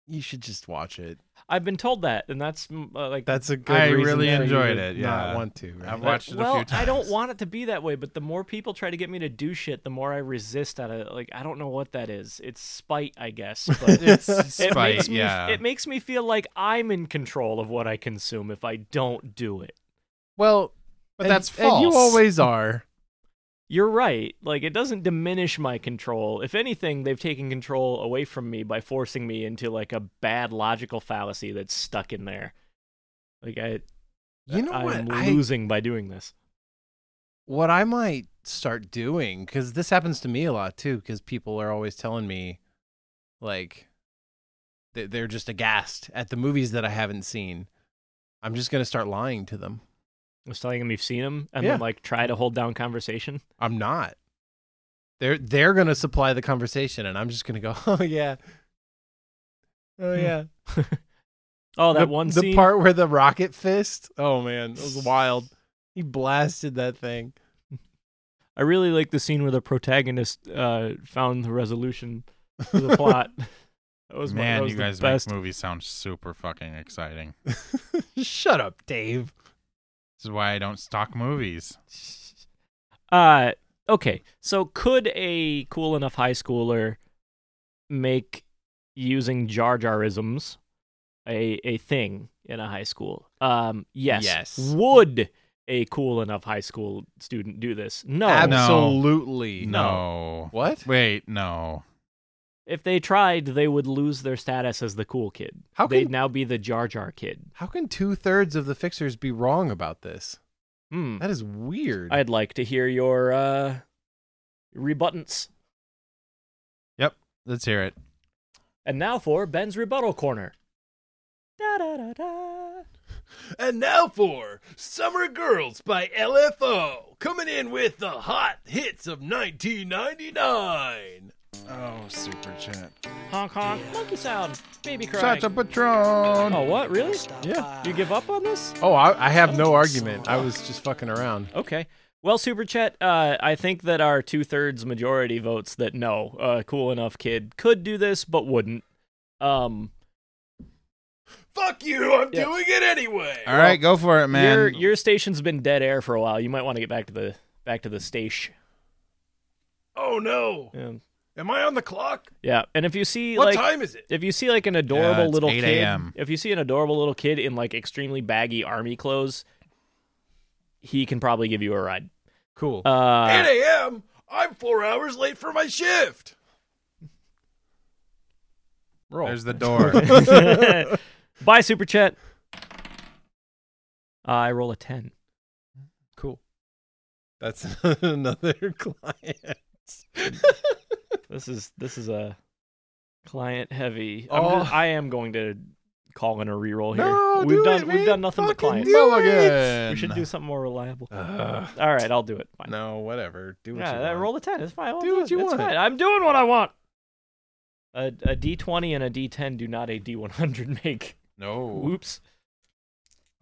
B: you should just watch it.
A: I've been told that, and that's mm, uh, like
B: That's a good.
C: I
B: reason
C: really
B: for you
C: enjoyed
B: to
C: it,
B: not
C: yeah.
B: want to. Right?
C: I've watched it a
A: well,
C: few times.
A: I don't want it to be that way, but the more people try to get me to do shit, the more I resist at it. Like I don't know what that is. It's spite, I guess. But
C: It's
A: it
C: spite,
A: makes me
C: yeah.
A: it makes me feel like I'm in control of what I consume if I don't do it.
B: well,
C: but
B: and-
C: that's false.
B: And you always are.
A: You're right. Like it doesn't diminish my control. If anything, they've taken control away from me by forcing me into like a bad logical fallacy that's stuck in there. Like I
B: You know
A: I'm
B: what? I,
A: losing by doing this.
B: what I might start doing because this happens to me a lot too. Because people are always telling me, like, they- they're just aghast at the movies that I haven't seen. I'm just gonna start lying to them.
A: I was telling him you've seen him and
B: Yeah.
A: then like try to hold down conversation.
B: I'm not. They're they're gonna supply the conversation, and I'm just gonna go, oh yeah, oh
A: Hmm.
B: yeah.
A: Oh, that
B: the,
A: one
B: the
A: scene.
B: part where the rocket fist. Oh man, it was wild. He blasted that thing.
A: I really like the scene where the protagonist uh, found the resolution to the plot. that was my-
C: Man,
A: that was
C: you
A: the
C: guys
A: best.
C: make movies sound super fucking exciting.
B: Shut up, Dave.
C: This is why I don't stock movies.
A: Uh, okay, so could a cool enough high schooler make using Jar Jarisms a a thing in a high school? Um, yes.
B: Yes.
A: Would a cool enough high school student do this? No.
B: Absolutely.
C: No.
B: What?
C: Wait, no.
A: If they tried, they would lose their status as the cool kid.
B: How
A: They'd
B: can-
A: now be the Jar Jar kid.
B: How can two thirds of the fixers be wrong about this?
A: Hmm.
B: That is weird.
A: I'd like to hear your uh rebuttants.
C: Yep. Let's hear it.
A: And now for Ben's rebuttal corner. Da da da da.
B: And now for Summer Girls by LFO, coming in with the hot hits of 1999.
C: Oh, super chat.
A: Honk honk. Monkey sound. Baby crying.
C: Such a patron.
A: oh, what? Really?
B: Yeah.
A: You give up on this?
B: Oh, I, I have no argument. I was just fucking around.
A: Okay. Well, Super Chat, uh, I think that our two thirds majority votes that no, uh, cool enough kid could do this but wouldn't. Um,
B: Fuck you, I'm
A: Yeah.
B: doing it anyway.
C: All right, go for it, man.
A: your your station's been dead air for a while. You might want to get back to the back to the station.
B: Oh no.
A: Um,
B: Am I on the clock?
A: yeah, and if you see
B: What
A: like
B: time is it?
A: if you see like an adorable
C: it's
A: little
C: 8
A: kid,
C: a.m..
A: if you see an adorable little kid in like extremely baggy army clothes, he can probably give you a ride.
B: Cool.
A: Uh,
B: 8 a.m. I'm four hours late for my shift. Roll.
C: There's the door.
A: Bye, Super Chat. I roll a ten.
B: cool. That's another client.
A: This is this is a client heavy.
B: Oh.
A: I'm just, I am going to call in a reroll here.
B: No,
A: we've
B: do
A: done
B: it,
A: we've
B: man.
A: done nothing but
B: Fucking
A: client.
B: do
C: Mulligan.
A: We should do something more reliable.
B: Ugh.
A: All right, I'll do it. Fine.
B: no, whatever. Do what
A: yeah,
B: you
A: that-
B: want.
A: roll a ten. It's fine. I'll
B: Do
A: do,
B: what
A: it.
B: you
A: it's
B: want.
A: fine. I'm doing what I want. A a D twenty and a D ten do not a D one hundred make.
C: no.
A: Whoops.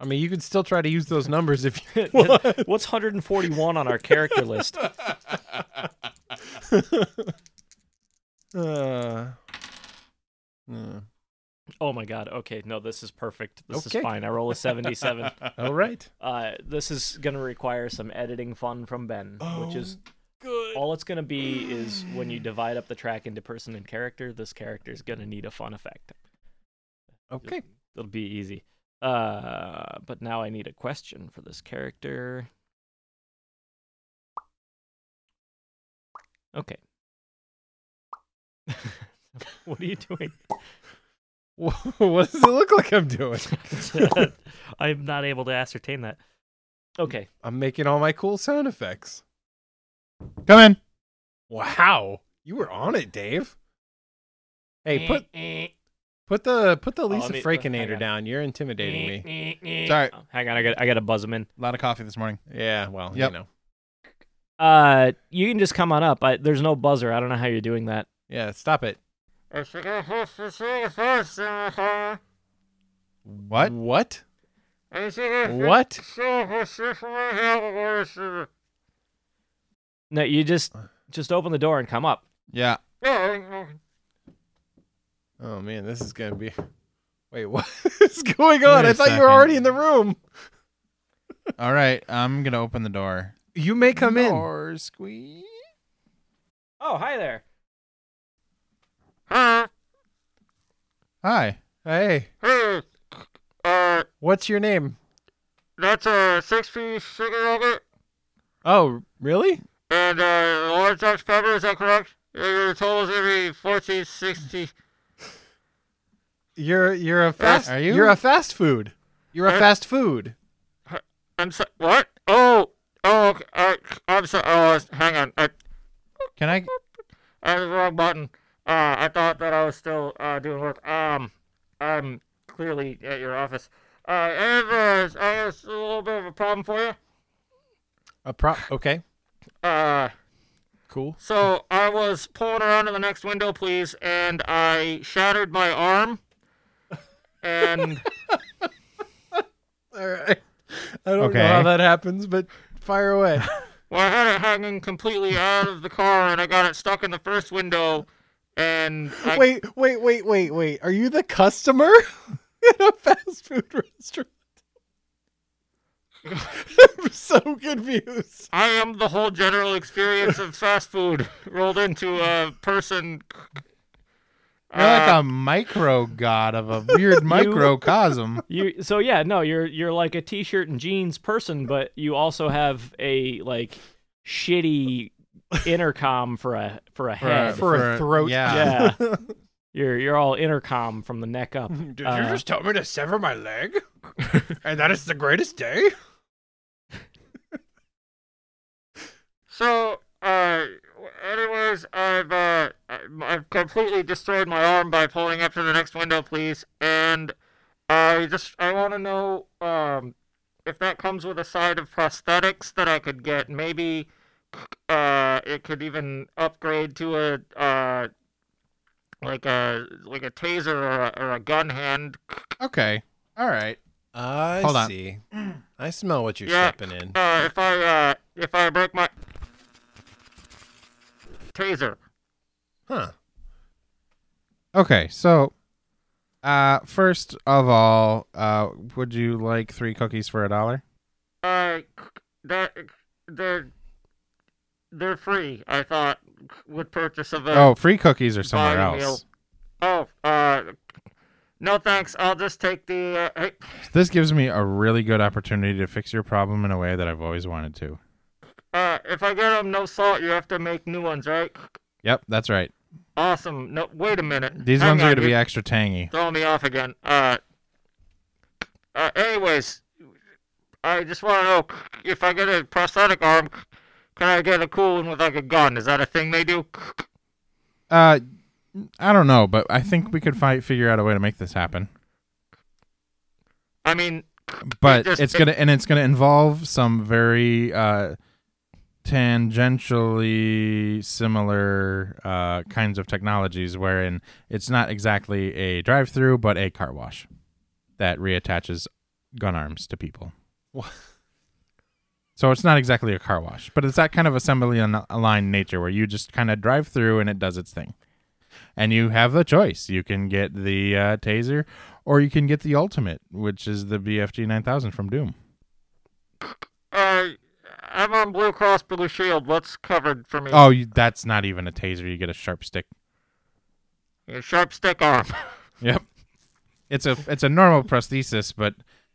B: I mean, you could still try to use those numbers if you want.
A: What's hundred and forty one on our character list?
B: uh, hmm.
A: Oh my god. Okay, no, this is perfect. This
B: Okay.
A: is fine. I roll a seventy seven.
B: all right.
A: uh, this is gonna require some editing fun from Ben, which is
D: Oh.
B: Good.
A: All it's going to be is when you divide up the track into person and character, this character is going to need a fun effect.
B: Okay.
A: It'll be easy. Uh, but now I need a question for this character. Okay. what are you doing?
B: what does it look like I'm doing?
A: I'm not able to ascertain that. Okay.
B: I'm making all my cool sound effects.
C: Come in.
B: Wow, you were on it, Dave. Hey, put
D: Eh,
B: put the put the
A: Oh, let
B: Lisa
A: me- hang
B: Frankinator
A: on.
B: down. You're intimidating
D: eh,
B: me.
C: Sorry.
A: Oh, hang on, I got I got to buzz him in.
C: A lot of coffee this morning.
B: Yeah, well,
C: Yep.
B: you know.
A: Uh, you can just come on up. I, there's no buzzer. I don't know how you're doing that.
B: Yeah, stop it.
D: eh.
C: What?
B: What? What?
A: No, you just just open the door and come up.
C: Yeah.
B: Oh man, this is gonna be. Wait, what is going on?
C: Wait a
B: I thought you
C: second.
B: were already in the room.
C: All right. I'm gonna open the door.
B: You may come in.
C: Door squeeze.
A: Oh, hi there.
C: Hi.
B: Hey,
E: Hey, uh,
B: what's your name?
E: that's a six-piece chicken nugget
B: Oh, really?
E: and uh, large Dutch pepper. Is that correct? Yeah, Your total's gonna be fourteen sixty.
B: You're you're a fast.
C: Are you?
B: You're a fast food. You're a fast food.
E: I'm so- what? Oh, oh, okay, uh, I'm sorry. Oh, I was- hang on. I,
C: Can I?
E: I had the wrong button. Uh, I thought that I was still uh, doing work. Um, I'm clearly at your office. Uh, I have, uh, I have a little bit of a problem for you.
B: A prop. Okay,
E: Uh.
B: cool.
E: So I was pulling around to the next window, please, and I shattered my arm. And
B: All right. I don't
C: Okay.
B: know how that happens, but fire away.
E: well, I had it hanging completely out of the car, and I got it stuck in the first window. And I,
B: wait, wait, wait, wait, wait. Are you the customer in a fast food restaurant? I'm so confused.
E: I am the whole general experience of fast food rolled into a person.
C: You're like
B: Uh.
C: a micro god of a weird microcosm.
A: You so yeah, no, you're you're like a t-shirt and jeans person, but you also have a like shitty intercom for a for a
C: Uh,
A: head.
B: for a throat.
C: Yeah.
A: yeah. You're you're all intercom from the neck up.
B: Did
A: Uh,
B: tell me to sever my leg? and that is the greatest day?
E: So, uh, anyways, I've uh, I've completely destroyed my arm by pulling up to the next window, please. And I just I want to know um, if that comes with a side of prosthetics that I could get. Maybe uh, it could even upgrade to a uh, like a like a taser or a, or a gun hand.
C: Okay. All right.
B: I
C: Hold on.
B: see. I smell what you're
E: Yeah.
B: stepping in.
E: Uh, if I uh, if I break my taser.
B: Huh.
C: Okay. So, uh, first of all, uh, would you like three cookies for a dollar?
E: Uh, that they're they're free. I thought would purchase of a
C: Oh, free cookies are somewhere
E: Buying meal.
C: else.
E: oh uh no thanks. I'll just take the uh, hey,
C: This gives me a really good opportunity to fix your problem in a way that I've always wanted to.
E: uh if I get them no salt, you have to make new ones, right?
C: Yep, that's right.
E: Awesome. No, wait a minute.
C: These
E: Hang
C: ones are
E: on,
C: going to be
E: you're
C: extra tangy.
E: throwing me off again. Uh, uh anyways, I just want to know if I get a prosthetic arm, can I get a cool one with like a gun? Is that a thing they do?
C: Uh, I don't know, but I think we could fi- figure out a way to make this happen.
E: I mean,
C: But
E: just-
C: it's gonna and it's gonna involve some very uh, tangentially similar uh, kinds of technologies, wherein it's not exactly a drive-through, but a car wash that reattaches gun arms to people.
B: Wha-
C: So it's not exactly a car wash, but it's that kind of assembly on- line nature where you just kind of drive through and it does its thing. And you have a choice. You can get the uh, taser or you can get the ultimate, which is the BFG 9000 from Doom.
E: uh, I'm on Blue Cross Blue Shield. What's covered for me?
C: Oh, you, that's not even a taser. You get a sharp stick.
E: Your sharp stick arm.
C: Yep. It's a it's a normal prosthesis, but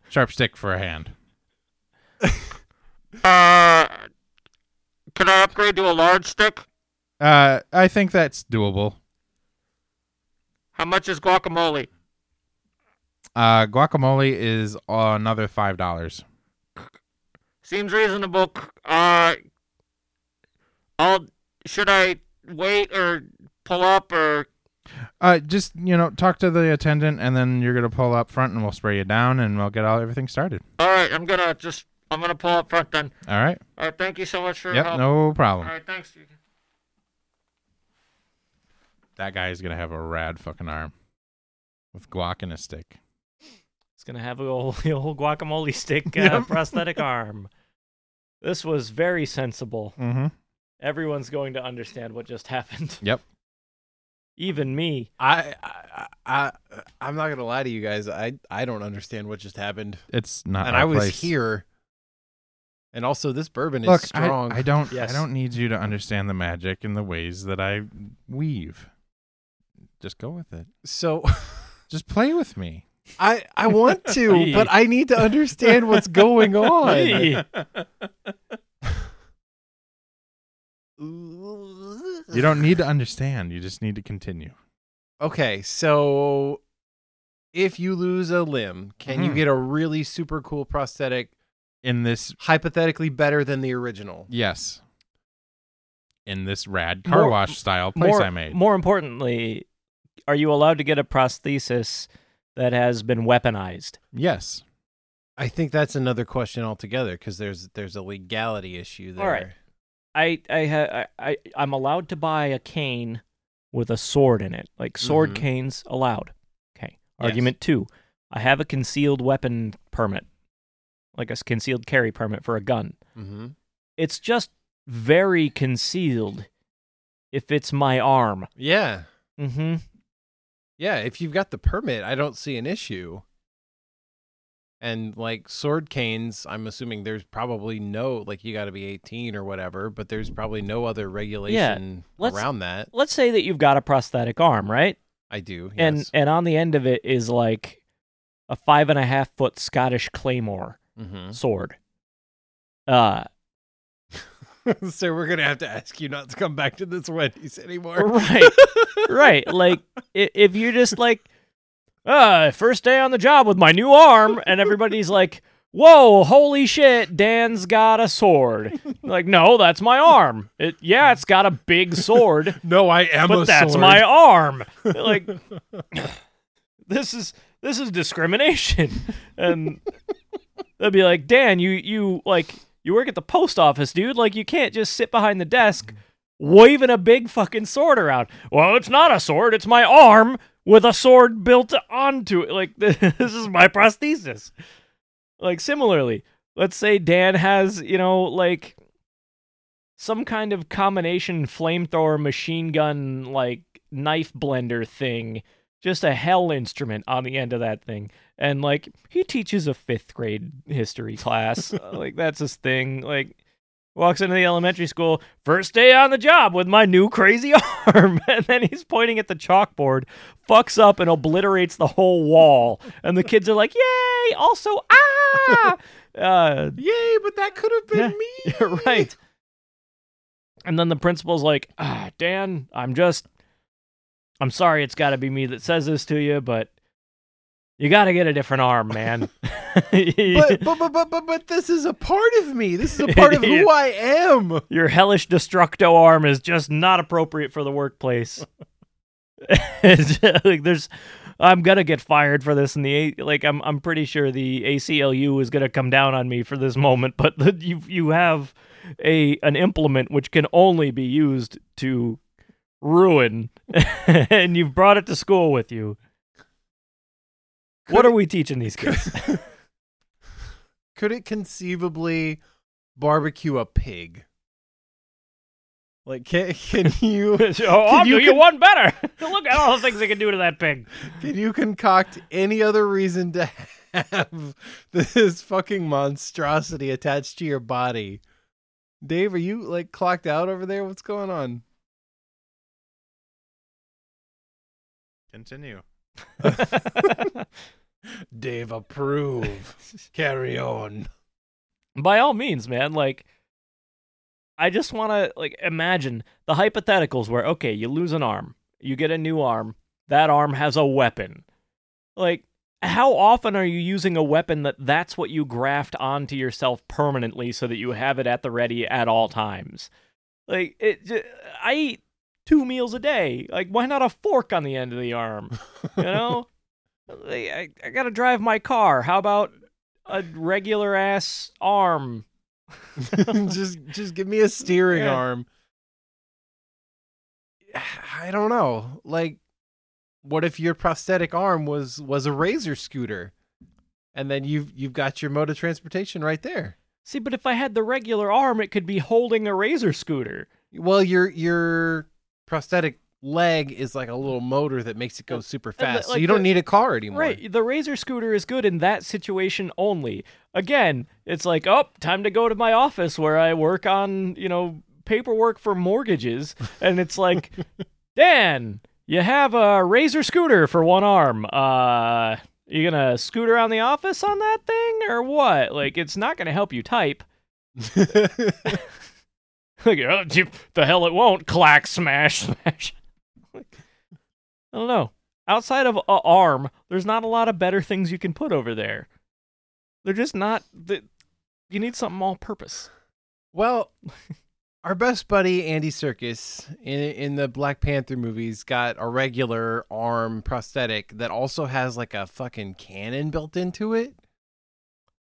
C: sharp stick for a hand.
E: Uh, can I upgrade to a large stick?
C: Uh, I think that's doable.
E: How much is guacamole?
C: Uh, guacamole is another five dollars.
E: Seems reasonable. Uh, I'll. Should I wait or pull up or?
C: Uh, just you know, talk to the attendant, and then you're gonna pull up front, and we'll spray you down, and we'll get all everything started.
E: All right, I'm gonna just. I'm gonna pull up front then.
C: All right.
E: All right, thank you so much for your
C: Yep.
E: help.
C: No
E: All
C: problem.
E: right, thanks. Deacon.
C: That guy is gonna have a rad fucking arm with guac and a stick.
A: It's gonna have a whole, a whole guacamole stick uh,
C: Yep.
A: prosthetic arm. This was very sensible.
C: Mm-hmm.
A: Everyone's going to understand what just happened.
C: Yep.
A: Even me.
B: I, I I I'm not gonna lie to you guys. I I don't understand what just happened,
C: It's not.
B: and
C: Uh, our
B: I was
C: place.
B: here. And also, this bourbon
C: Look,
B: is
C: I-
B: strong.
C: I, don't.
A: Yes.
C: I don't need you to understand the magic and the ways that I weave. Just go with it.
B: so
C: Just play with me.
B: I I want to,
A: Hey.
B: but I need to understand what's going on.
A: Hey,
C: You don't need to understand. You just need to continue.
B: Okay, so if you lose a limb, can you
A: Mm-hmm.
C: Mhm.
B: get a really super cool prosthetic,
C: In this,
B: hypothetically better than the original?
C: yes. In this rad car
A: More-
C: wash style place
A: more,
C: I made.
A: more importantly, are you allowed to get a prosthesis that has been weaponized?
C: yes.
B: I think that's another question altogether because there's there's a legality issue there.
A: All right. I I ha- I I- I'm allowed to buy a cane with a sword in it. Like sword
B: Mhm.
A: canes allowed. Okay.
C: Mm-hmm. Yes.
A: Argument 2. I have a concealed weapon permit. Like a s- concealed carry permit for a gun.
B: Mm-hmm.
A: It's just very concealed if it's my arm.
B: Yeah,
A: Mhm.
B: yeah. If you've got the permit, I don't see an issue. And like sword canes, I'm assuming there's probably no like you got to be 18 or whatever, but there's probably no other regulation
A: let's-
B: around that.
A: Let's say that you've got a prosthetic arm, right?
B: I do.
A: And
B: yes.
A: and on the end of it is like a five and a half foot Scottish claymore
B: Mhm.
A: sword. Uh
B: Mm-hmm. so we're gonna have to ask you not to come back to this Wendy's anymore.
A: right right like i- if "Ah, you just like uh first day on the job with my new arm and everybody's like whoa, holy shit, Dan's got a sword. like, no, that's my arm. It, yeah, it's got a big sword.
B: No, I am
A: but that's my arm. Like this is this is discrimination. And they'll be like, Dan, you you like you work at the post office, dude. Like you can't just sit behind the desk waving a big fucking sword around. Well, it's not a sword, it's my arm with a sword built onto it. Like this is my prosthesis. Like similarly, let's say Dan has, you know, like some kind of combination flamethrower machine gun like knife blender thing just a hell instrument on the end of that thing and like he teaches a fifth grade history class Uh, like that's his thing like walks into the elementary school first day on the job with my new crazy arm and then he's pointing at the chalkboard fucks up and obliterates the whole wall and the kids are like yay also ah uh,
B: Yay, but that could have been me.
A: yeah, right. And then the principal's like, ah, Dan, I'm just, I'm sorry it's got to be me that says this to you, but you got to get a different arm, man.
B: But, but but but but but this is a part of me. This is a part of
A: Yeah.
B: who I am.
A: Your hellish destructo arm is just not appropriate for the workplace. It's like there's, I'm gonna get fired for this, and the A- like I'm I'm pretty sure the ACLU is gonna come down on me for this moment. But the, you you have a an implement which can only be used to ruin, and you've brought it to school with you. what
B: Could
A: are we teaching these kids?
B: Could it conceivably barbecue a pig? Like can can you
A: oh, I'll
B: you
A: do you
B: con-
A: one better. Look at all the things they can do to that pig.
B: can you concoct any other reason to have this fucking monstrosity attached to your body? Dave, are you like clocked out over there? What's going on?
C: Continue.
B: Dave, approve. Carry on.
A: by all means, man, like I just want to like imagine the hypotheticals where okay, you lose an arm, you get a new arm, that arm has a weapon. Like how often are you using a weapon that that's what you graft onto yourself permanently so that you have it at the ready at all times? Like it j- I eat two meals a day. Like why not a fork on the end of the arm? You know? Like, I, I got to drive my car. How about a regular ass arm.
B: just just give me a steering
A: Yeah.
B: arm. I don't know. Like what if your prosthetic arm was was a razor scooter? And then you've you've got your mode of transportation right there.
A: See, but if I had the regular arm, it could be holding a razor scooter.
B: Well, your your prosthetic leg is like a little motor that makes it go super
A: the-
B: fast. so
A: like
B: you don't
A: the-
B: need a car anymore.
A: Right, the razor scooter is good in that situation only. Again, it's like, oh, time to go to my office where I work on, you know, paperwork for mortgages. And it's like, Dan, you have a razor scooter for one arm. Uh, you gonna scoot around the office on that thing or what? Like, it's not gonna help you type. Like, "Oh, gee, the hell it won't. Clack, smash, smash. Like, I don't know. Outside of a arm, there's not a lot of better things you can put over there. They're just not. The, you need something all purpose.
B: Well, our best buddy Andy Circus in in the Black Panther movies got a regular arm prosthetic that also has like a fucking cannon built into it.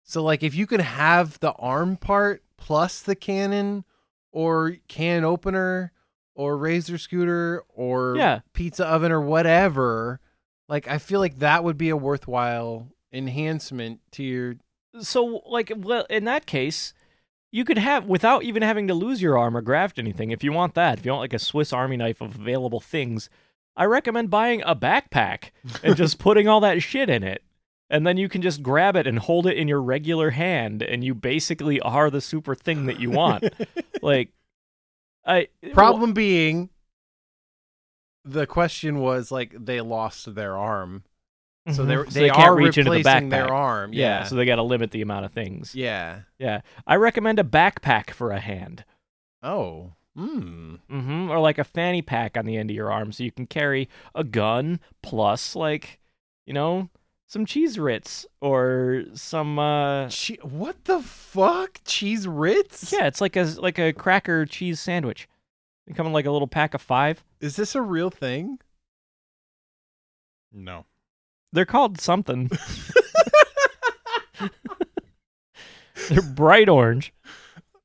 B: So like if you could have the arm part plus the cannon or can opener or razor scooter or
A: Yeah.
B: pizza oven or whatever, like I feel like that would be a worthwhile enhancement to your
A: So, like, well, in that case, you could have, without even having to lose your arm or graft anything, if you want that, if you want like a Swiss Army knife of available things, I recommend buying a backpack and just putting all that shit in it. And then you can just grab it and hold it in your regular hand, and you basically are the super thing that you want. like, I
B: Problem being, the question was like they lost their arm,
A: well,
B: so
A: mhm,
B: they're, they,
A: they can't
B: are
A: reach into the backpack.
B: replacing their arm.
A: yeah.
B: Yeah, yeah.
A: so they got to limit the amount of things. Yeah, I recommend a backpack for a hand.
B: Oh, hmm.
A: Mm-hmm. Or like a fanny pack on the end of your arm, so you can carry a gun plus like, you know, some cheese Ritz or some. Uh,
B: Che- what the fuck? Cheese Ritz?
A: yeah, it's like a like a cracker cheese sandwich. They come in like a little pack of five.
B: Is this a real thing?
C: No.
A: They're called something. They're bright orange.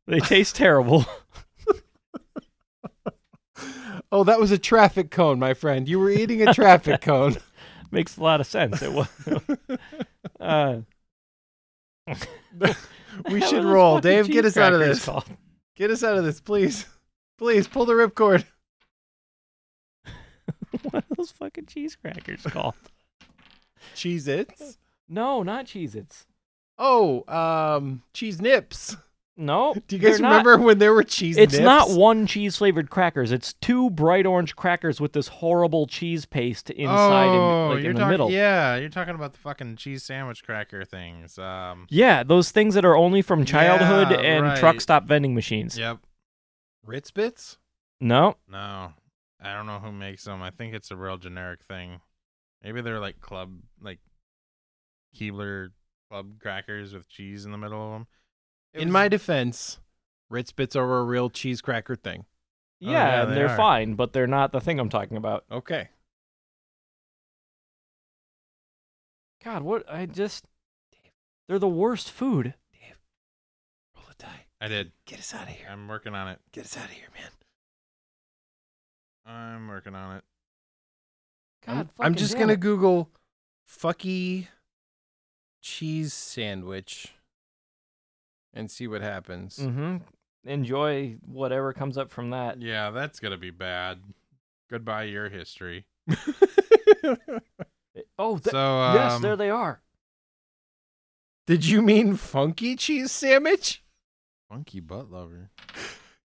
A: They taste terrible.
B: Oh, that was a traffic cone, my friend. You were eating a traffic cone.
A: Makes a lot of sense. It was. Uh,
B: We
A: what
B: should
A: are those
B: roll.
A: fucking
B: Dave, get
A: cheese
B: us out of
A: crackers
B: this.
A: called?
B: Get us out of this, please. Please pull the ripcord.
A: What are those fucking cheese crackers called?
B: Cheese Its?
A: No, not Cheez Its.
B: Oh, um, Cheese Nips.
A: No.
B: Do you guys
A: they're not-
B: remember when there were cheese
A: It's
B: nips?
A: not one cheese flavored crackers. It's two bright orange crackers with this horrible cheese paste inside,
C: oh,
A: in, like
C: you're
A: in the
C: talking-
A: middle.
C: Yeah, you're talking about the fucking cheese sandwich cracker things. Um,
A: Yeah, those things that are only from childhood
C: Yeah,
A: and
C: right.
A: truck stop vending machines.
C: yep.
B: Ritz Bits?
C: Oh,
A: No,
C: No, I don't know who makes them. I think it's a real generic thing. Maybe they're like club, like Keebler club crackers with cheese in the middle of them.
B: In my defense, Ritz Bits are a real cheese cracker thing.
A: yeah,
C: yeah,
A: and
C: they
A: they're
C: are.
A: fine, but they're not the thing I'm talking about.
B: Okay.
A: God, what I just they're the worst food.
B: Roll a die.
C: I did.
B: Get us out of here.
C: I'm working on it.
B: Get us out of here, man.
C: I'm working on it.
A: God,
B: I'm, I'm
A: fucking
B: just
A: damn
B: gonna
A: it.
B: Google fucky cheese sandwich and see what happens.
A: Mhm. Enjoy whatever comes up from that.
C: Yeah, that's gonna be bad. Goodbye, your history.
A: Oh, th-
C: So um,
A: yes, there they are.
B: Did you mean funky cheese sandwich?
C: funky butt lover.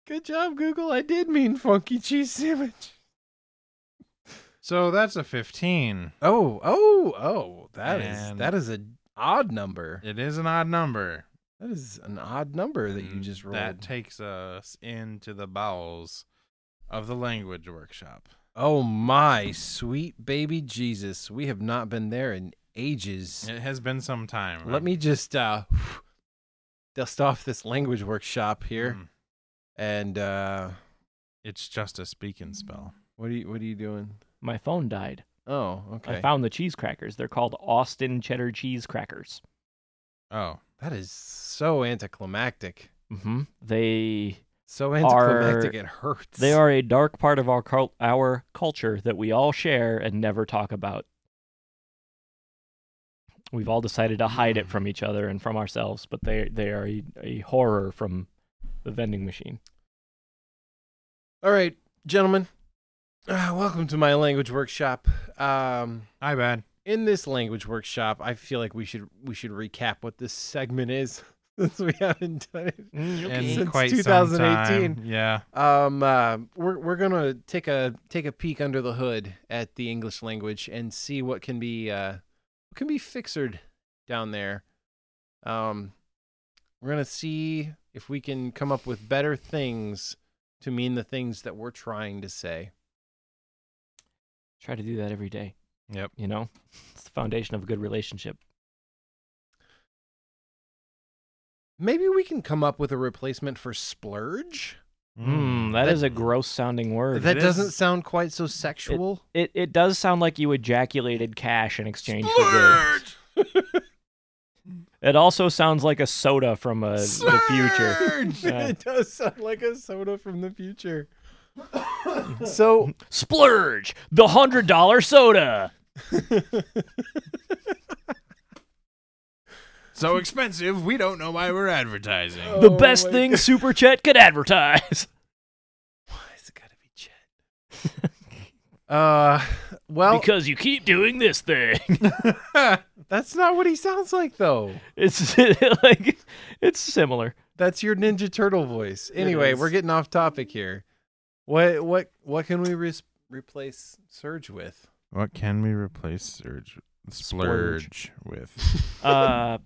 B: Good job, Google. I did mean funky cheese sandwich.
C: So that's a 15.
B: Oh, oh, oh! That is
C: And-
B: that is an odd number.
C: It is an odd number.
B: That is an odd number Mm, that you
C: And
B: just rolled.
C: That takes us into the bowels of the language workshop.
B: oh my sweet baby Jesus! We have not been there in ages.
C: It has been some time.
B: Let me just uh, dust off this language workshop here,
C: Mm.
B: and uh,
C: It's just a speaking spell.
B: what are you what are you doing?
A: My phone died.
B: Oh, okay.
A: I found the cheese crackers. They're called Austin cheddar cheese crackers.
B: Mm.
C: Oh,
B: that is so anticlimactic.
A: Mhm. They
B: So anticlimactic it hurts.
A: They are a dark part of our cul- our culture that we all share and never talk about. We've all decided to hide it from each other and from ourselves, but they they are a, a horror from the vending machine.
B: all right, gentlemen. Uh, welcome to my language workshop. Um,
C: I bad.
B: in this language workshop, I feel like we should we should recap what this segment is since we haven't done it
C: And
B: Since
C: quite 2018.
B: 2018.
C: Yeah.
B: Um, uh, we're we're gonna take a take a peek under the hood at the English language and see what can be uh what can be fixered down there. Um, we're gonna see if we can come up with better things to mean the things that we're trying to say.
A: Try to do that every day.
C: Yep.
A: You know, it's the foundation of a good relationship.
B: Maybe we can come up with a replacement for splurge.
A: Mm, that
B: That-
A: is a gross sounding word.
B: That
C: It
B: doesn't
C: is-
B: sound quite so sexual.
A: it it does sound like you ejaculated cash in exchange for goods. It also sounds like a soda from a, Uh, the future. Yeah.
B: It does sound like a soda from the future. so
A: Splurge, the hundred dollar soda.
C: So expensive, we don't know why we're advertising.
A: The
B: Oh
A: best
B: my
A: thing Super Chet could advertise.
B: Why is it gotta be Chet? uh, well,
A: because you keep doing this thing.
B: that's not what he sounds like, though.
A: It's like it's similar.
B: That's your Ninja Turtle voice. Anyway,
A: is.
B: we're getting off topic here. What what what can we res- replace Surge with?
C: What can we replace surge splurge
B: Splurge.
C: with?
A: Uh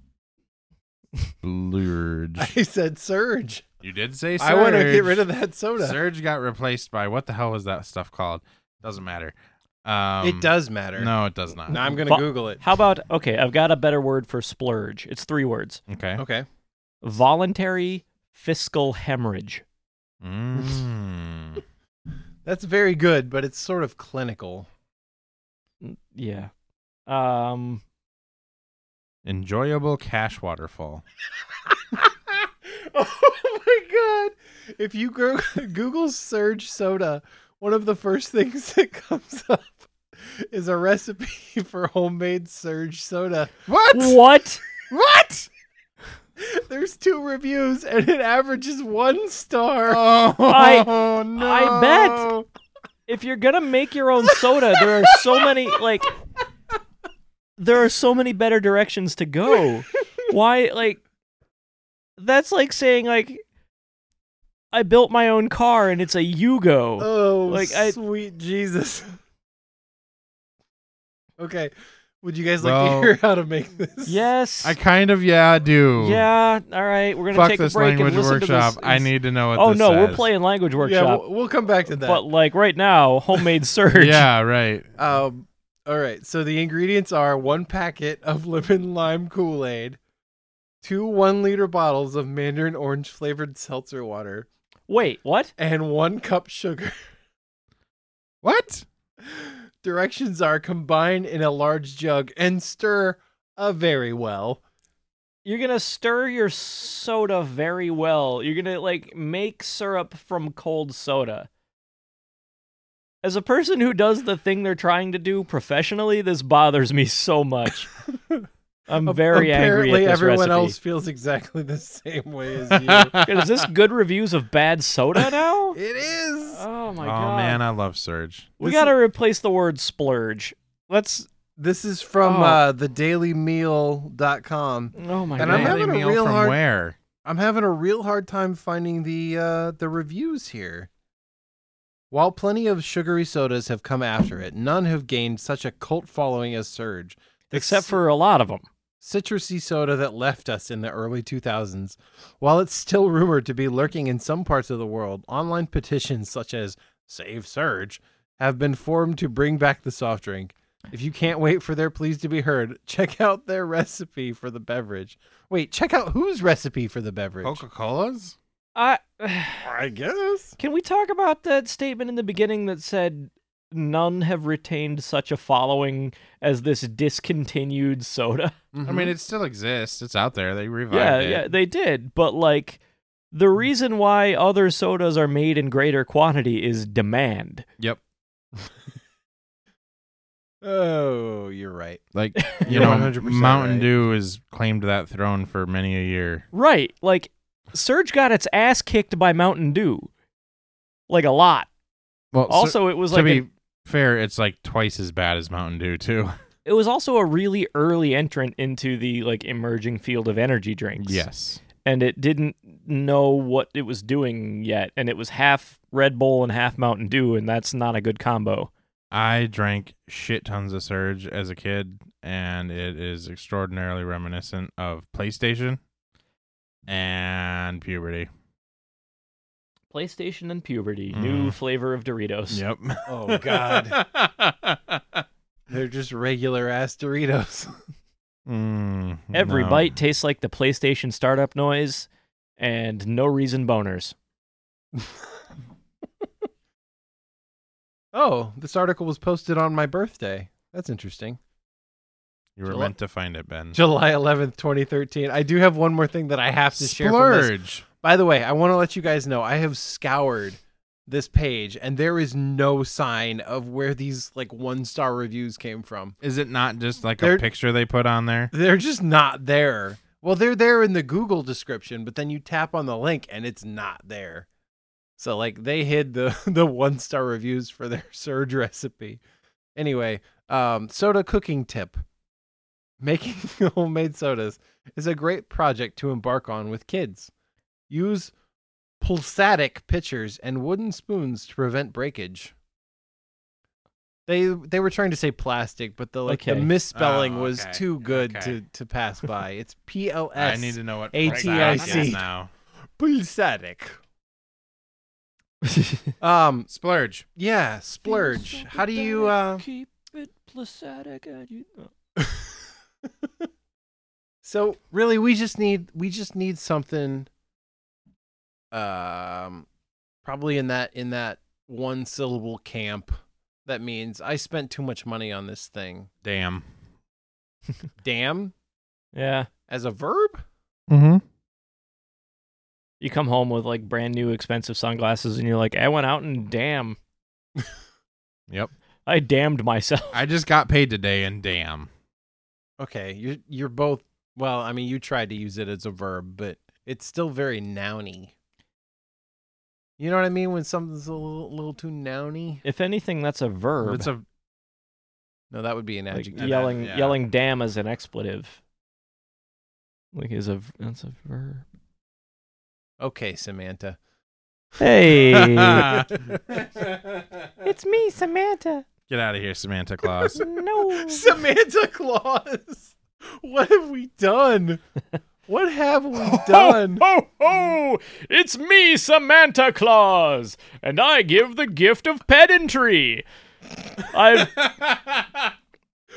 C: Splurge.
B: I said Surge.
C: you did say surge.
B: I want to get rid of that soda.
C: Surge got replaced by what the hell was that stuff called? Doesn't matter. Um,
B: it does matter.
C: No, it does not.
B: Now I'm gonna
A: Fu-
B: Google it.
A: How about okay? I've got a better word for splurge. It's three words:
C: Okay.
B: Okay.
A: voluntary fiscal hemorrhage.
C: Mm.
B: That's very good, but it's sort of clinical.
A: Mm, Yeah. Um.
C: Enjoyable cash waterfall.
B: oh my god! If you go- Google surge soda, one of the first things that comes up is a recipe for homemade surge soda.
C: What?
A: What?
C: What?
B: There's two reviews, and it averages one star.
C: Oh,
A: I-
C: no.
A: I bet. if you're gonna make your own soda, there are so many like there are so many better directions to go. Why like that's like saying like I built my own car and it's a Yugo.
B: Oh,
A: Like, I-
B: sweet Jesus. Okay. Would you guys like
C: Well-
B: to hear how to make this?
A: yes.
C: I kind of, yeah, I do.
A: yeah, all right. We're gonna
C: Fuck
A: take
C: this
A: a break
C: language
A: and listen
C: workshop.
A: to this.
C: I need to know what
A: Oh
C: this
A: no, we're
C: says.
A: playing language workshop.
B: Yeah, we'll, we'll come back to that.
A: but like right now, homemade surge.
C: Yeah, right.
B: um, all right. So the ingredients are one packet of lemon lime Kool Aid, two one liter bottles of mandarin orange flavored seltzer water,
A: Wait, what?
B: and one cup sugar.
C: What?
B: Directions are combine in a large jug and stir uh, very well.
A: you're gonna stir your soda very well. You're gonna like make syrup from cold soda. As a person who does the thing they're trying to do professionally, this bothers me so much. I'm very
B: Apparently,
A: angry at this
B: everyone
A: recipe.
B: else feels exactly the same way as you.
A: Is this Oh good reviews of bad soda now?
B: It is.
A: Oh my
C: oh
A: god!
C: man, I love Surge.
A: we
B: this-
A: gotta replace the word splurge. Let's.
B: This is from
A: Oh.
B: uh, thedailymeal.com.
A: Oh my
B: And
A: god!
B: I'm having a
C: Daily meal
B: real
C: from
B: hard-
C: where?
B: I'm having a real hard time finding the uh, the reviews here. While plenty of sugary sodas have come after it, none have gained such a cult following as Surge. The
A: Except
B: ci-
A: for a lot of them.
B: citrusy soda that left us in the early 2000s. While it's still rumored to be lurking in some parts of the world, online petitions such as Save Surge have been formed to bring back the soft drink. If you can't wait for their pleas to be heard, check out their recipe for the beverage. Wait, check out whose recipe for the beverage?
C: Coca Cola's?
A: I.
B: I guess.
A: Can we talk about that statement in the beginning that said none have retained such a following as this discontinued soda?
C: I mean, it still exists. It's out there. They revived
A: yeah,
C: it.
A: yeah, they did. But like the reason why other sodas are made in greater quantity is demand.
C: Yep.
B: Oh, you're right.
C: Like you
B: You're
C: know,
B: 100%
C: Mountain
B: right.
C: Dew has claimed that throne for many a year.
A: Right. Like Surge got its ass kicked by Mountain Dew. Like a lot.
C: Well,
A: Also, it was
C: Oh, to
A: like
C: be
A: a-
C: fair, it's like twice as bad as Mountain Dew too.
A: it was also a really early entrant into the like emerging field of energy drinks.
C: yes.
A: and it didn't know what it was doing yet and it was half red bull and half mountain dew and that's not a good combo
C: I drank shit tons of Surge as a kid, and it is extraordinarily reminiscent of PlayStation and puberty.
A: playstation and puberty
C: Mm.
A: new flavor of doritos
C: Yep.
B: Oh god. They're just regular ass Doritos.
C: Mm,
A: every
C: no.
A: bite tastes like the playstation startup noise and no reason boners
B: Oh, this article was posted on my birthday. That's interesting.
C: You were
B: Jell-
C: meant to find it, Ben.
B: July 11th, 2013. I do have one more thing that I have to share. from this.
C: Splurge.
B: By the way, I want to let you guys know I have scoured this page and there is no sign of where these like one star reviews came from.
C: Is it not just like
B: There-
C: a picture they put on there?
B: They're just not there. Well, they're there in the Google description, but then you tap on the link and it's not there. So like they hid the the one star reviews for their surge recipe. Anyway, um, soda cooking tip: making homemade sodas is a great project to embark on with kids. Use pulsatic pitchers and wooden spoons to prevent breakage. They they were trying to say plastic, but the like the
A: Okay.
B: misspelling
C: Oh,
B: was
C: okay.
B: too good
C: Okay.
B: to to pass by. It's P L
C: I
B: S
C: need to know what
B: ATIC.
C: precise is now.
B: pulsatic. Um,
C: Splurge.
B: yeah, splurge. How do you uh
A: keep it placetic? And you...
B: So really, we just need we just need something. Um, probably in that in that one syllable camp. That means I spent too much money on this thing.
C: Damn.
B: Damn,
A: Yeah,
B: as a verb.
C: Mm-hmm.
A: you come home with like brand new expensive sunglasses, and you're like, I went out and damn,
C: Yep.
A: I damned myself.
C: I just got paid today, and damn.
B: Okay, you're you're both. Well, I mean, you tried to use it as a verb, but it's still very nouny. You know what I mean? When something's a little, little too nouny.
A: If anything, that's a verb.
C: It's a
B: No, that would be an
A: Like,
B: adjective.
A: yelling,
C: yeah.
A: yelling, damn as an expletive. Like is a that's a verb.
B: Okay, Samantha.
A: Hey,
B: it's
D: It's me, Samantha.
C: get out of here, Samantha Claus.
D: No.
B: Samantha Claus. What have we done? What have we done?
A: Ho, ho! It's me, Samantha Claus, and I give the gift of pedantry. I've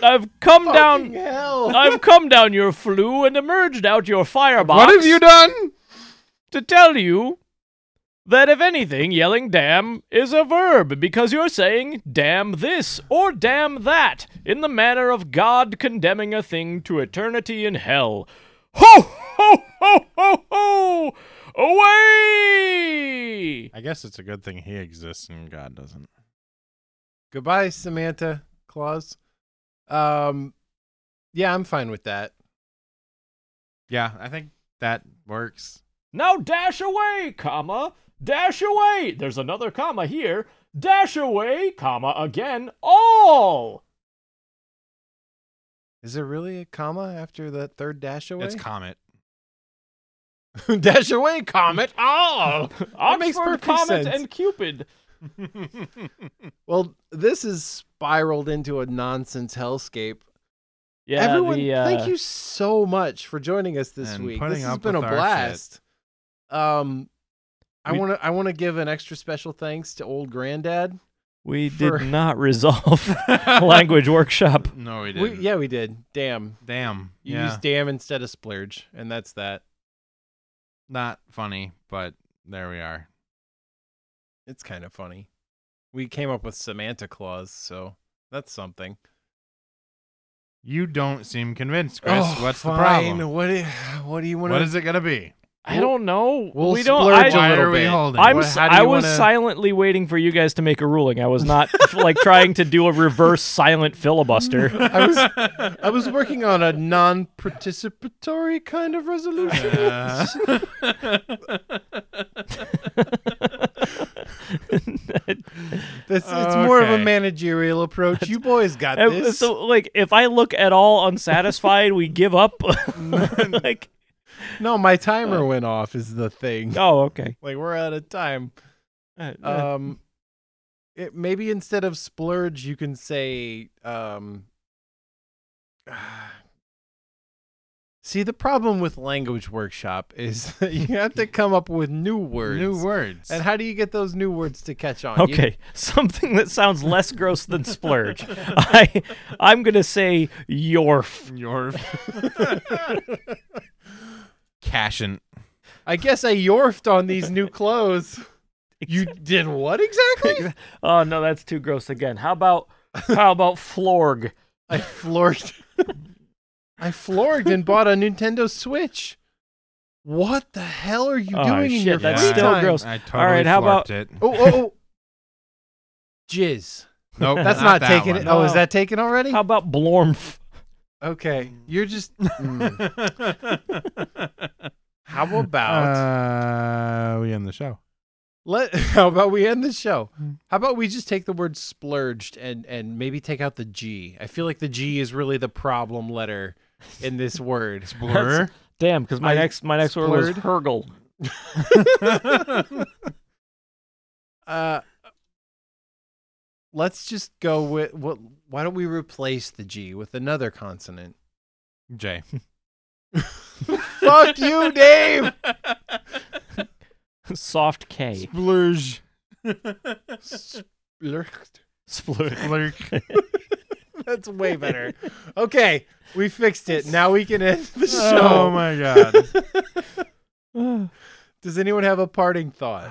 A: I've come down
B: Fucking hell.
A: I've come down your flue and emerged out your firebox
C: what have you done?
A: to tell you that if anything, yelling damn is a verb because you're saying damn this or damn that in the manner of God condemning a thing to eternity in hell. Ho ho ho ho ho! Away!
C: I guess it's a good thing he exists and God doesn't.
B: Goodbye, Samantha Claus. Um, yeah, I'm fine with that.
C: Yeah, I think that works.
A: Now dash away, comma, dash away. There's another comma here. Dash away, comma again. All.
B: Is there really a comma after that third dash away?
C: It's Comet.
B: dash away, comet. All. That makes
A: Oxford,
B: perfect
A: Comet,
B: sense.
A: and Cupid.
B: well, this is spiraled into a nonsense hellscape.
A: Yeah,
B: Everyone,
A: the, uh,
B: thank you so much for joining us this
C: And
B: week.
C: putting
B: This has
C: up
B: been a
C: with our shit.
B: blast. Um, I
A: We-
B: want to I want to give an extra special thanks to old granddad.
A: We
B: for-
A: did not resolve language workshop.
C: No, he
B: We,
C: didn't.
B: yeah, we did. Damn,
C: Damn.
B: you
C: yeah.
B: used damn instead of splurge, and that's that.
C: Not funny, but there we are.
B: It's kind of funny. We came up with Samantha Claus, so that's something.
C: You don't seem convinced, Chris.
B: Oh,
C: What's
B: fine.
C: the problem?
B: What do, you- what do you want
C: What is it gonna be?
A: I don't know.
B: We'll
A: we don't.
B: splurge
A: I,
B: a
C: Why
B: little
C: are we
B: bit.
C: holding?
A: I'm.
C: What-
A: s-
B: how do
A: I
B: you
A: was
B: wanna-
A: silently waiting for you guys to make a ruling. I was not like trying to do a reverse silent filibuster.
B: I was I was working on a non-participatory kind of resolution.
C: Uh,
B: That's, it's more of a
C: Okay.
B: managerial approach. You boys got
A: And
B: this.
A: So, like, if I look at all unsatisfied, we give up. like,
B: No, my timer went off is the thing.
A: oh, okay.
B: Like we're out of time.
A: Uh, uh,
B: Um it, maybe instead of splurge you can say um See, the problem with language workshop is that you have to come up with new words.
C: new words.
B: And how do you get those new words to catch on? You-
A: okay, something that sounds less gross than splurge. I, I'm gonna say yorf.
C: Your cashin.
B: I guess I yorfed on these new clothes. You did what exactly?
A: Oh no, that's too gross again. How about how about florg?
B: I floored. I floored and bought a Nintendo Switch. What the hell are you
A: Oh,
B: doing in
A: shit,
B: your
A: that's
B: free
A: still
B: time?
A: gross.
C: I totally
A: All right, how about-
C: florped it.
B: Oh, oh, oh. jizz.
C: Nope,
B: That's not,
C: that
B: taken.
C: one.
B: Oh, is
A: No.
B: that taken already?
A: How about blormf?
B: Okay, you're just. Mm. How about
C: Uh, we end the show.
B: let? How about we end the show?
C: Hmm.
B: How about we just take the word splurged and and maybe take out the G? I feel like the G is really the problem letter in this word.
C: Blur.
A: Damn, because my
B: I
A: next my next word was
B: splurred.
A: hurgle.
B: Uh, let's just go with what? Why don't we replace the G with another consonant?
C: J.
B: Fuck you, Dave.
A: Soft K.
C: Splurge.
B: Splurked.
A: Splurk.
C: Splurk.
B: That's way better. Okay, we fixed it. Now we can end the
C: oh
B: show.
C: my god.
B: Does anyone have a parting thought?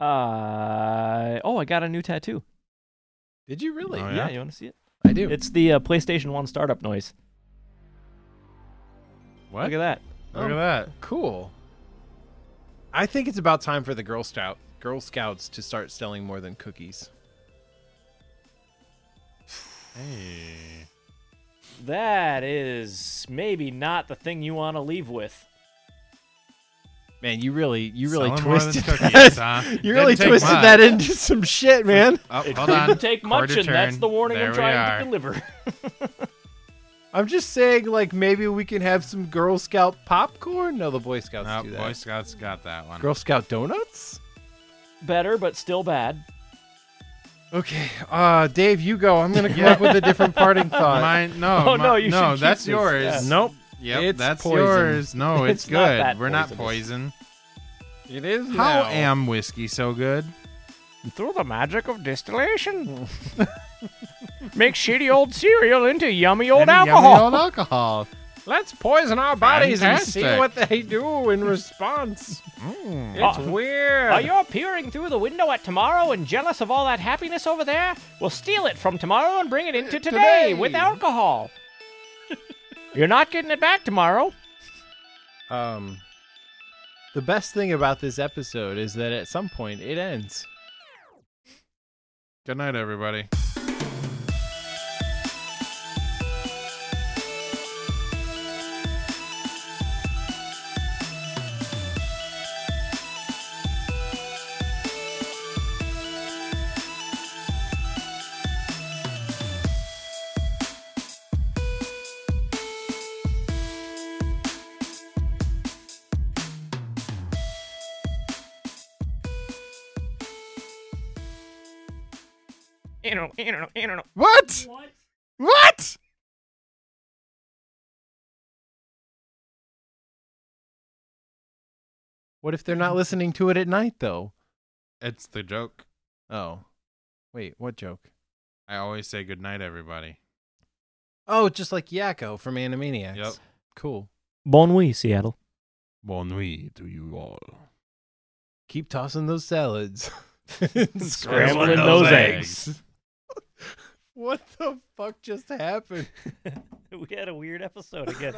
A: Uh, oh, I got a new tattoo.
B: Did you really?
C: Oh,
A: yeah,
C: yeah?
A: you want to see it?
B: I do.
A: It's the uh, PlayStation 1 startup noise.
C: What?
A: Look at that.
C: Look at that.
B: Oh. Cool. I think it's about time for the Girl Scout Girl Scouts to start selling more than cookies.
C: Hey.
A: That is maybe not the thing you want to leave with.
B: Man, you really, you really
C: Selling more than
B: twisted
C: cookies,
B: that.
C: huh?
B: You really
C: Didn't take
B: twisted
C: much.
B: that into some shit, man.
C: Oh,
A: It
C: hold
A: didn't
C: on.
A: take much,
C: Quarter
A: and that's
C: turn.
A: the warning
C: There
A: I'm
C: we
A: trying
C: are.
A: to deliver.
B: I'm just saying, like maybe we can have some Girl Scout popcorn. No, the Boy Scouts
C: No,
B: do that.
C: Oh, Boy Scouts got that one.
B: Girl Scout donuts.
A: Better, but still bad.
B: Okay, uh, Dave, you go. I'm gonna come up with a different parting thought.
C: Mine, no,
A: Oh,
C: mi-
A: no, you should
C: no,
A: keep
C: that's
A: this.
C: yours.
A: Yes.
B: Nope,
C: Yep,
B: It's
C: that's
B: poison.
C: yours. No, it's,
A: It's
C: good.
A: not that
C: We're not
A: poisonous.
C: poison.
B: it is.
C: How
B: now.
C: am whiskey so good?
D: Through the magic of distillation. Make shitty old cereal into yummy old
C: And yummy
D: alcohol.
C: old alcohol.
B: Let's poison our bodies and see
C: Fantastic.
B: what they do in response.
C: Mm.
B: It's
A: Uh,
B: weird.
A: Are you peering through the window at tomorrow and jealous of all that happiness over there? We'll steal it from tomorrow and bring it into today,
B: Today.
A: with alcohol. You're not getting it back tomorrow.
B: Um, the best thing about this episode is that at some point it ends.
C: Good night, everybody.
D: You know, you know, you know.
C: What? What? What?
B: What if they're not listening to it at night though?
C: It's the joke.
B: Oh, wait, what joke?
C: I always say good night, everybody.
B: Oh, just like Yakko from Animaniacs.
C: Yep.
B: Cool.
A: Bon nuit, Seattle.
C: Bon nuit to you all.
B: Keep tossing those salads.
A: Scrambling those eggs.
B: What the fuck just happened?
A: we had a weird episode again.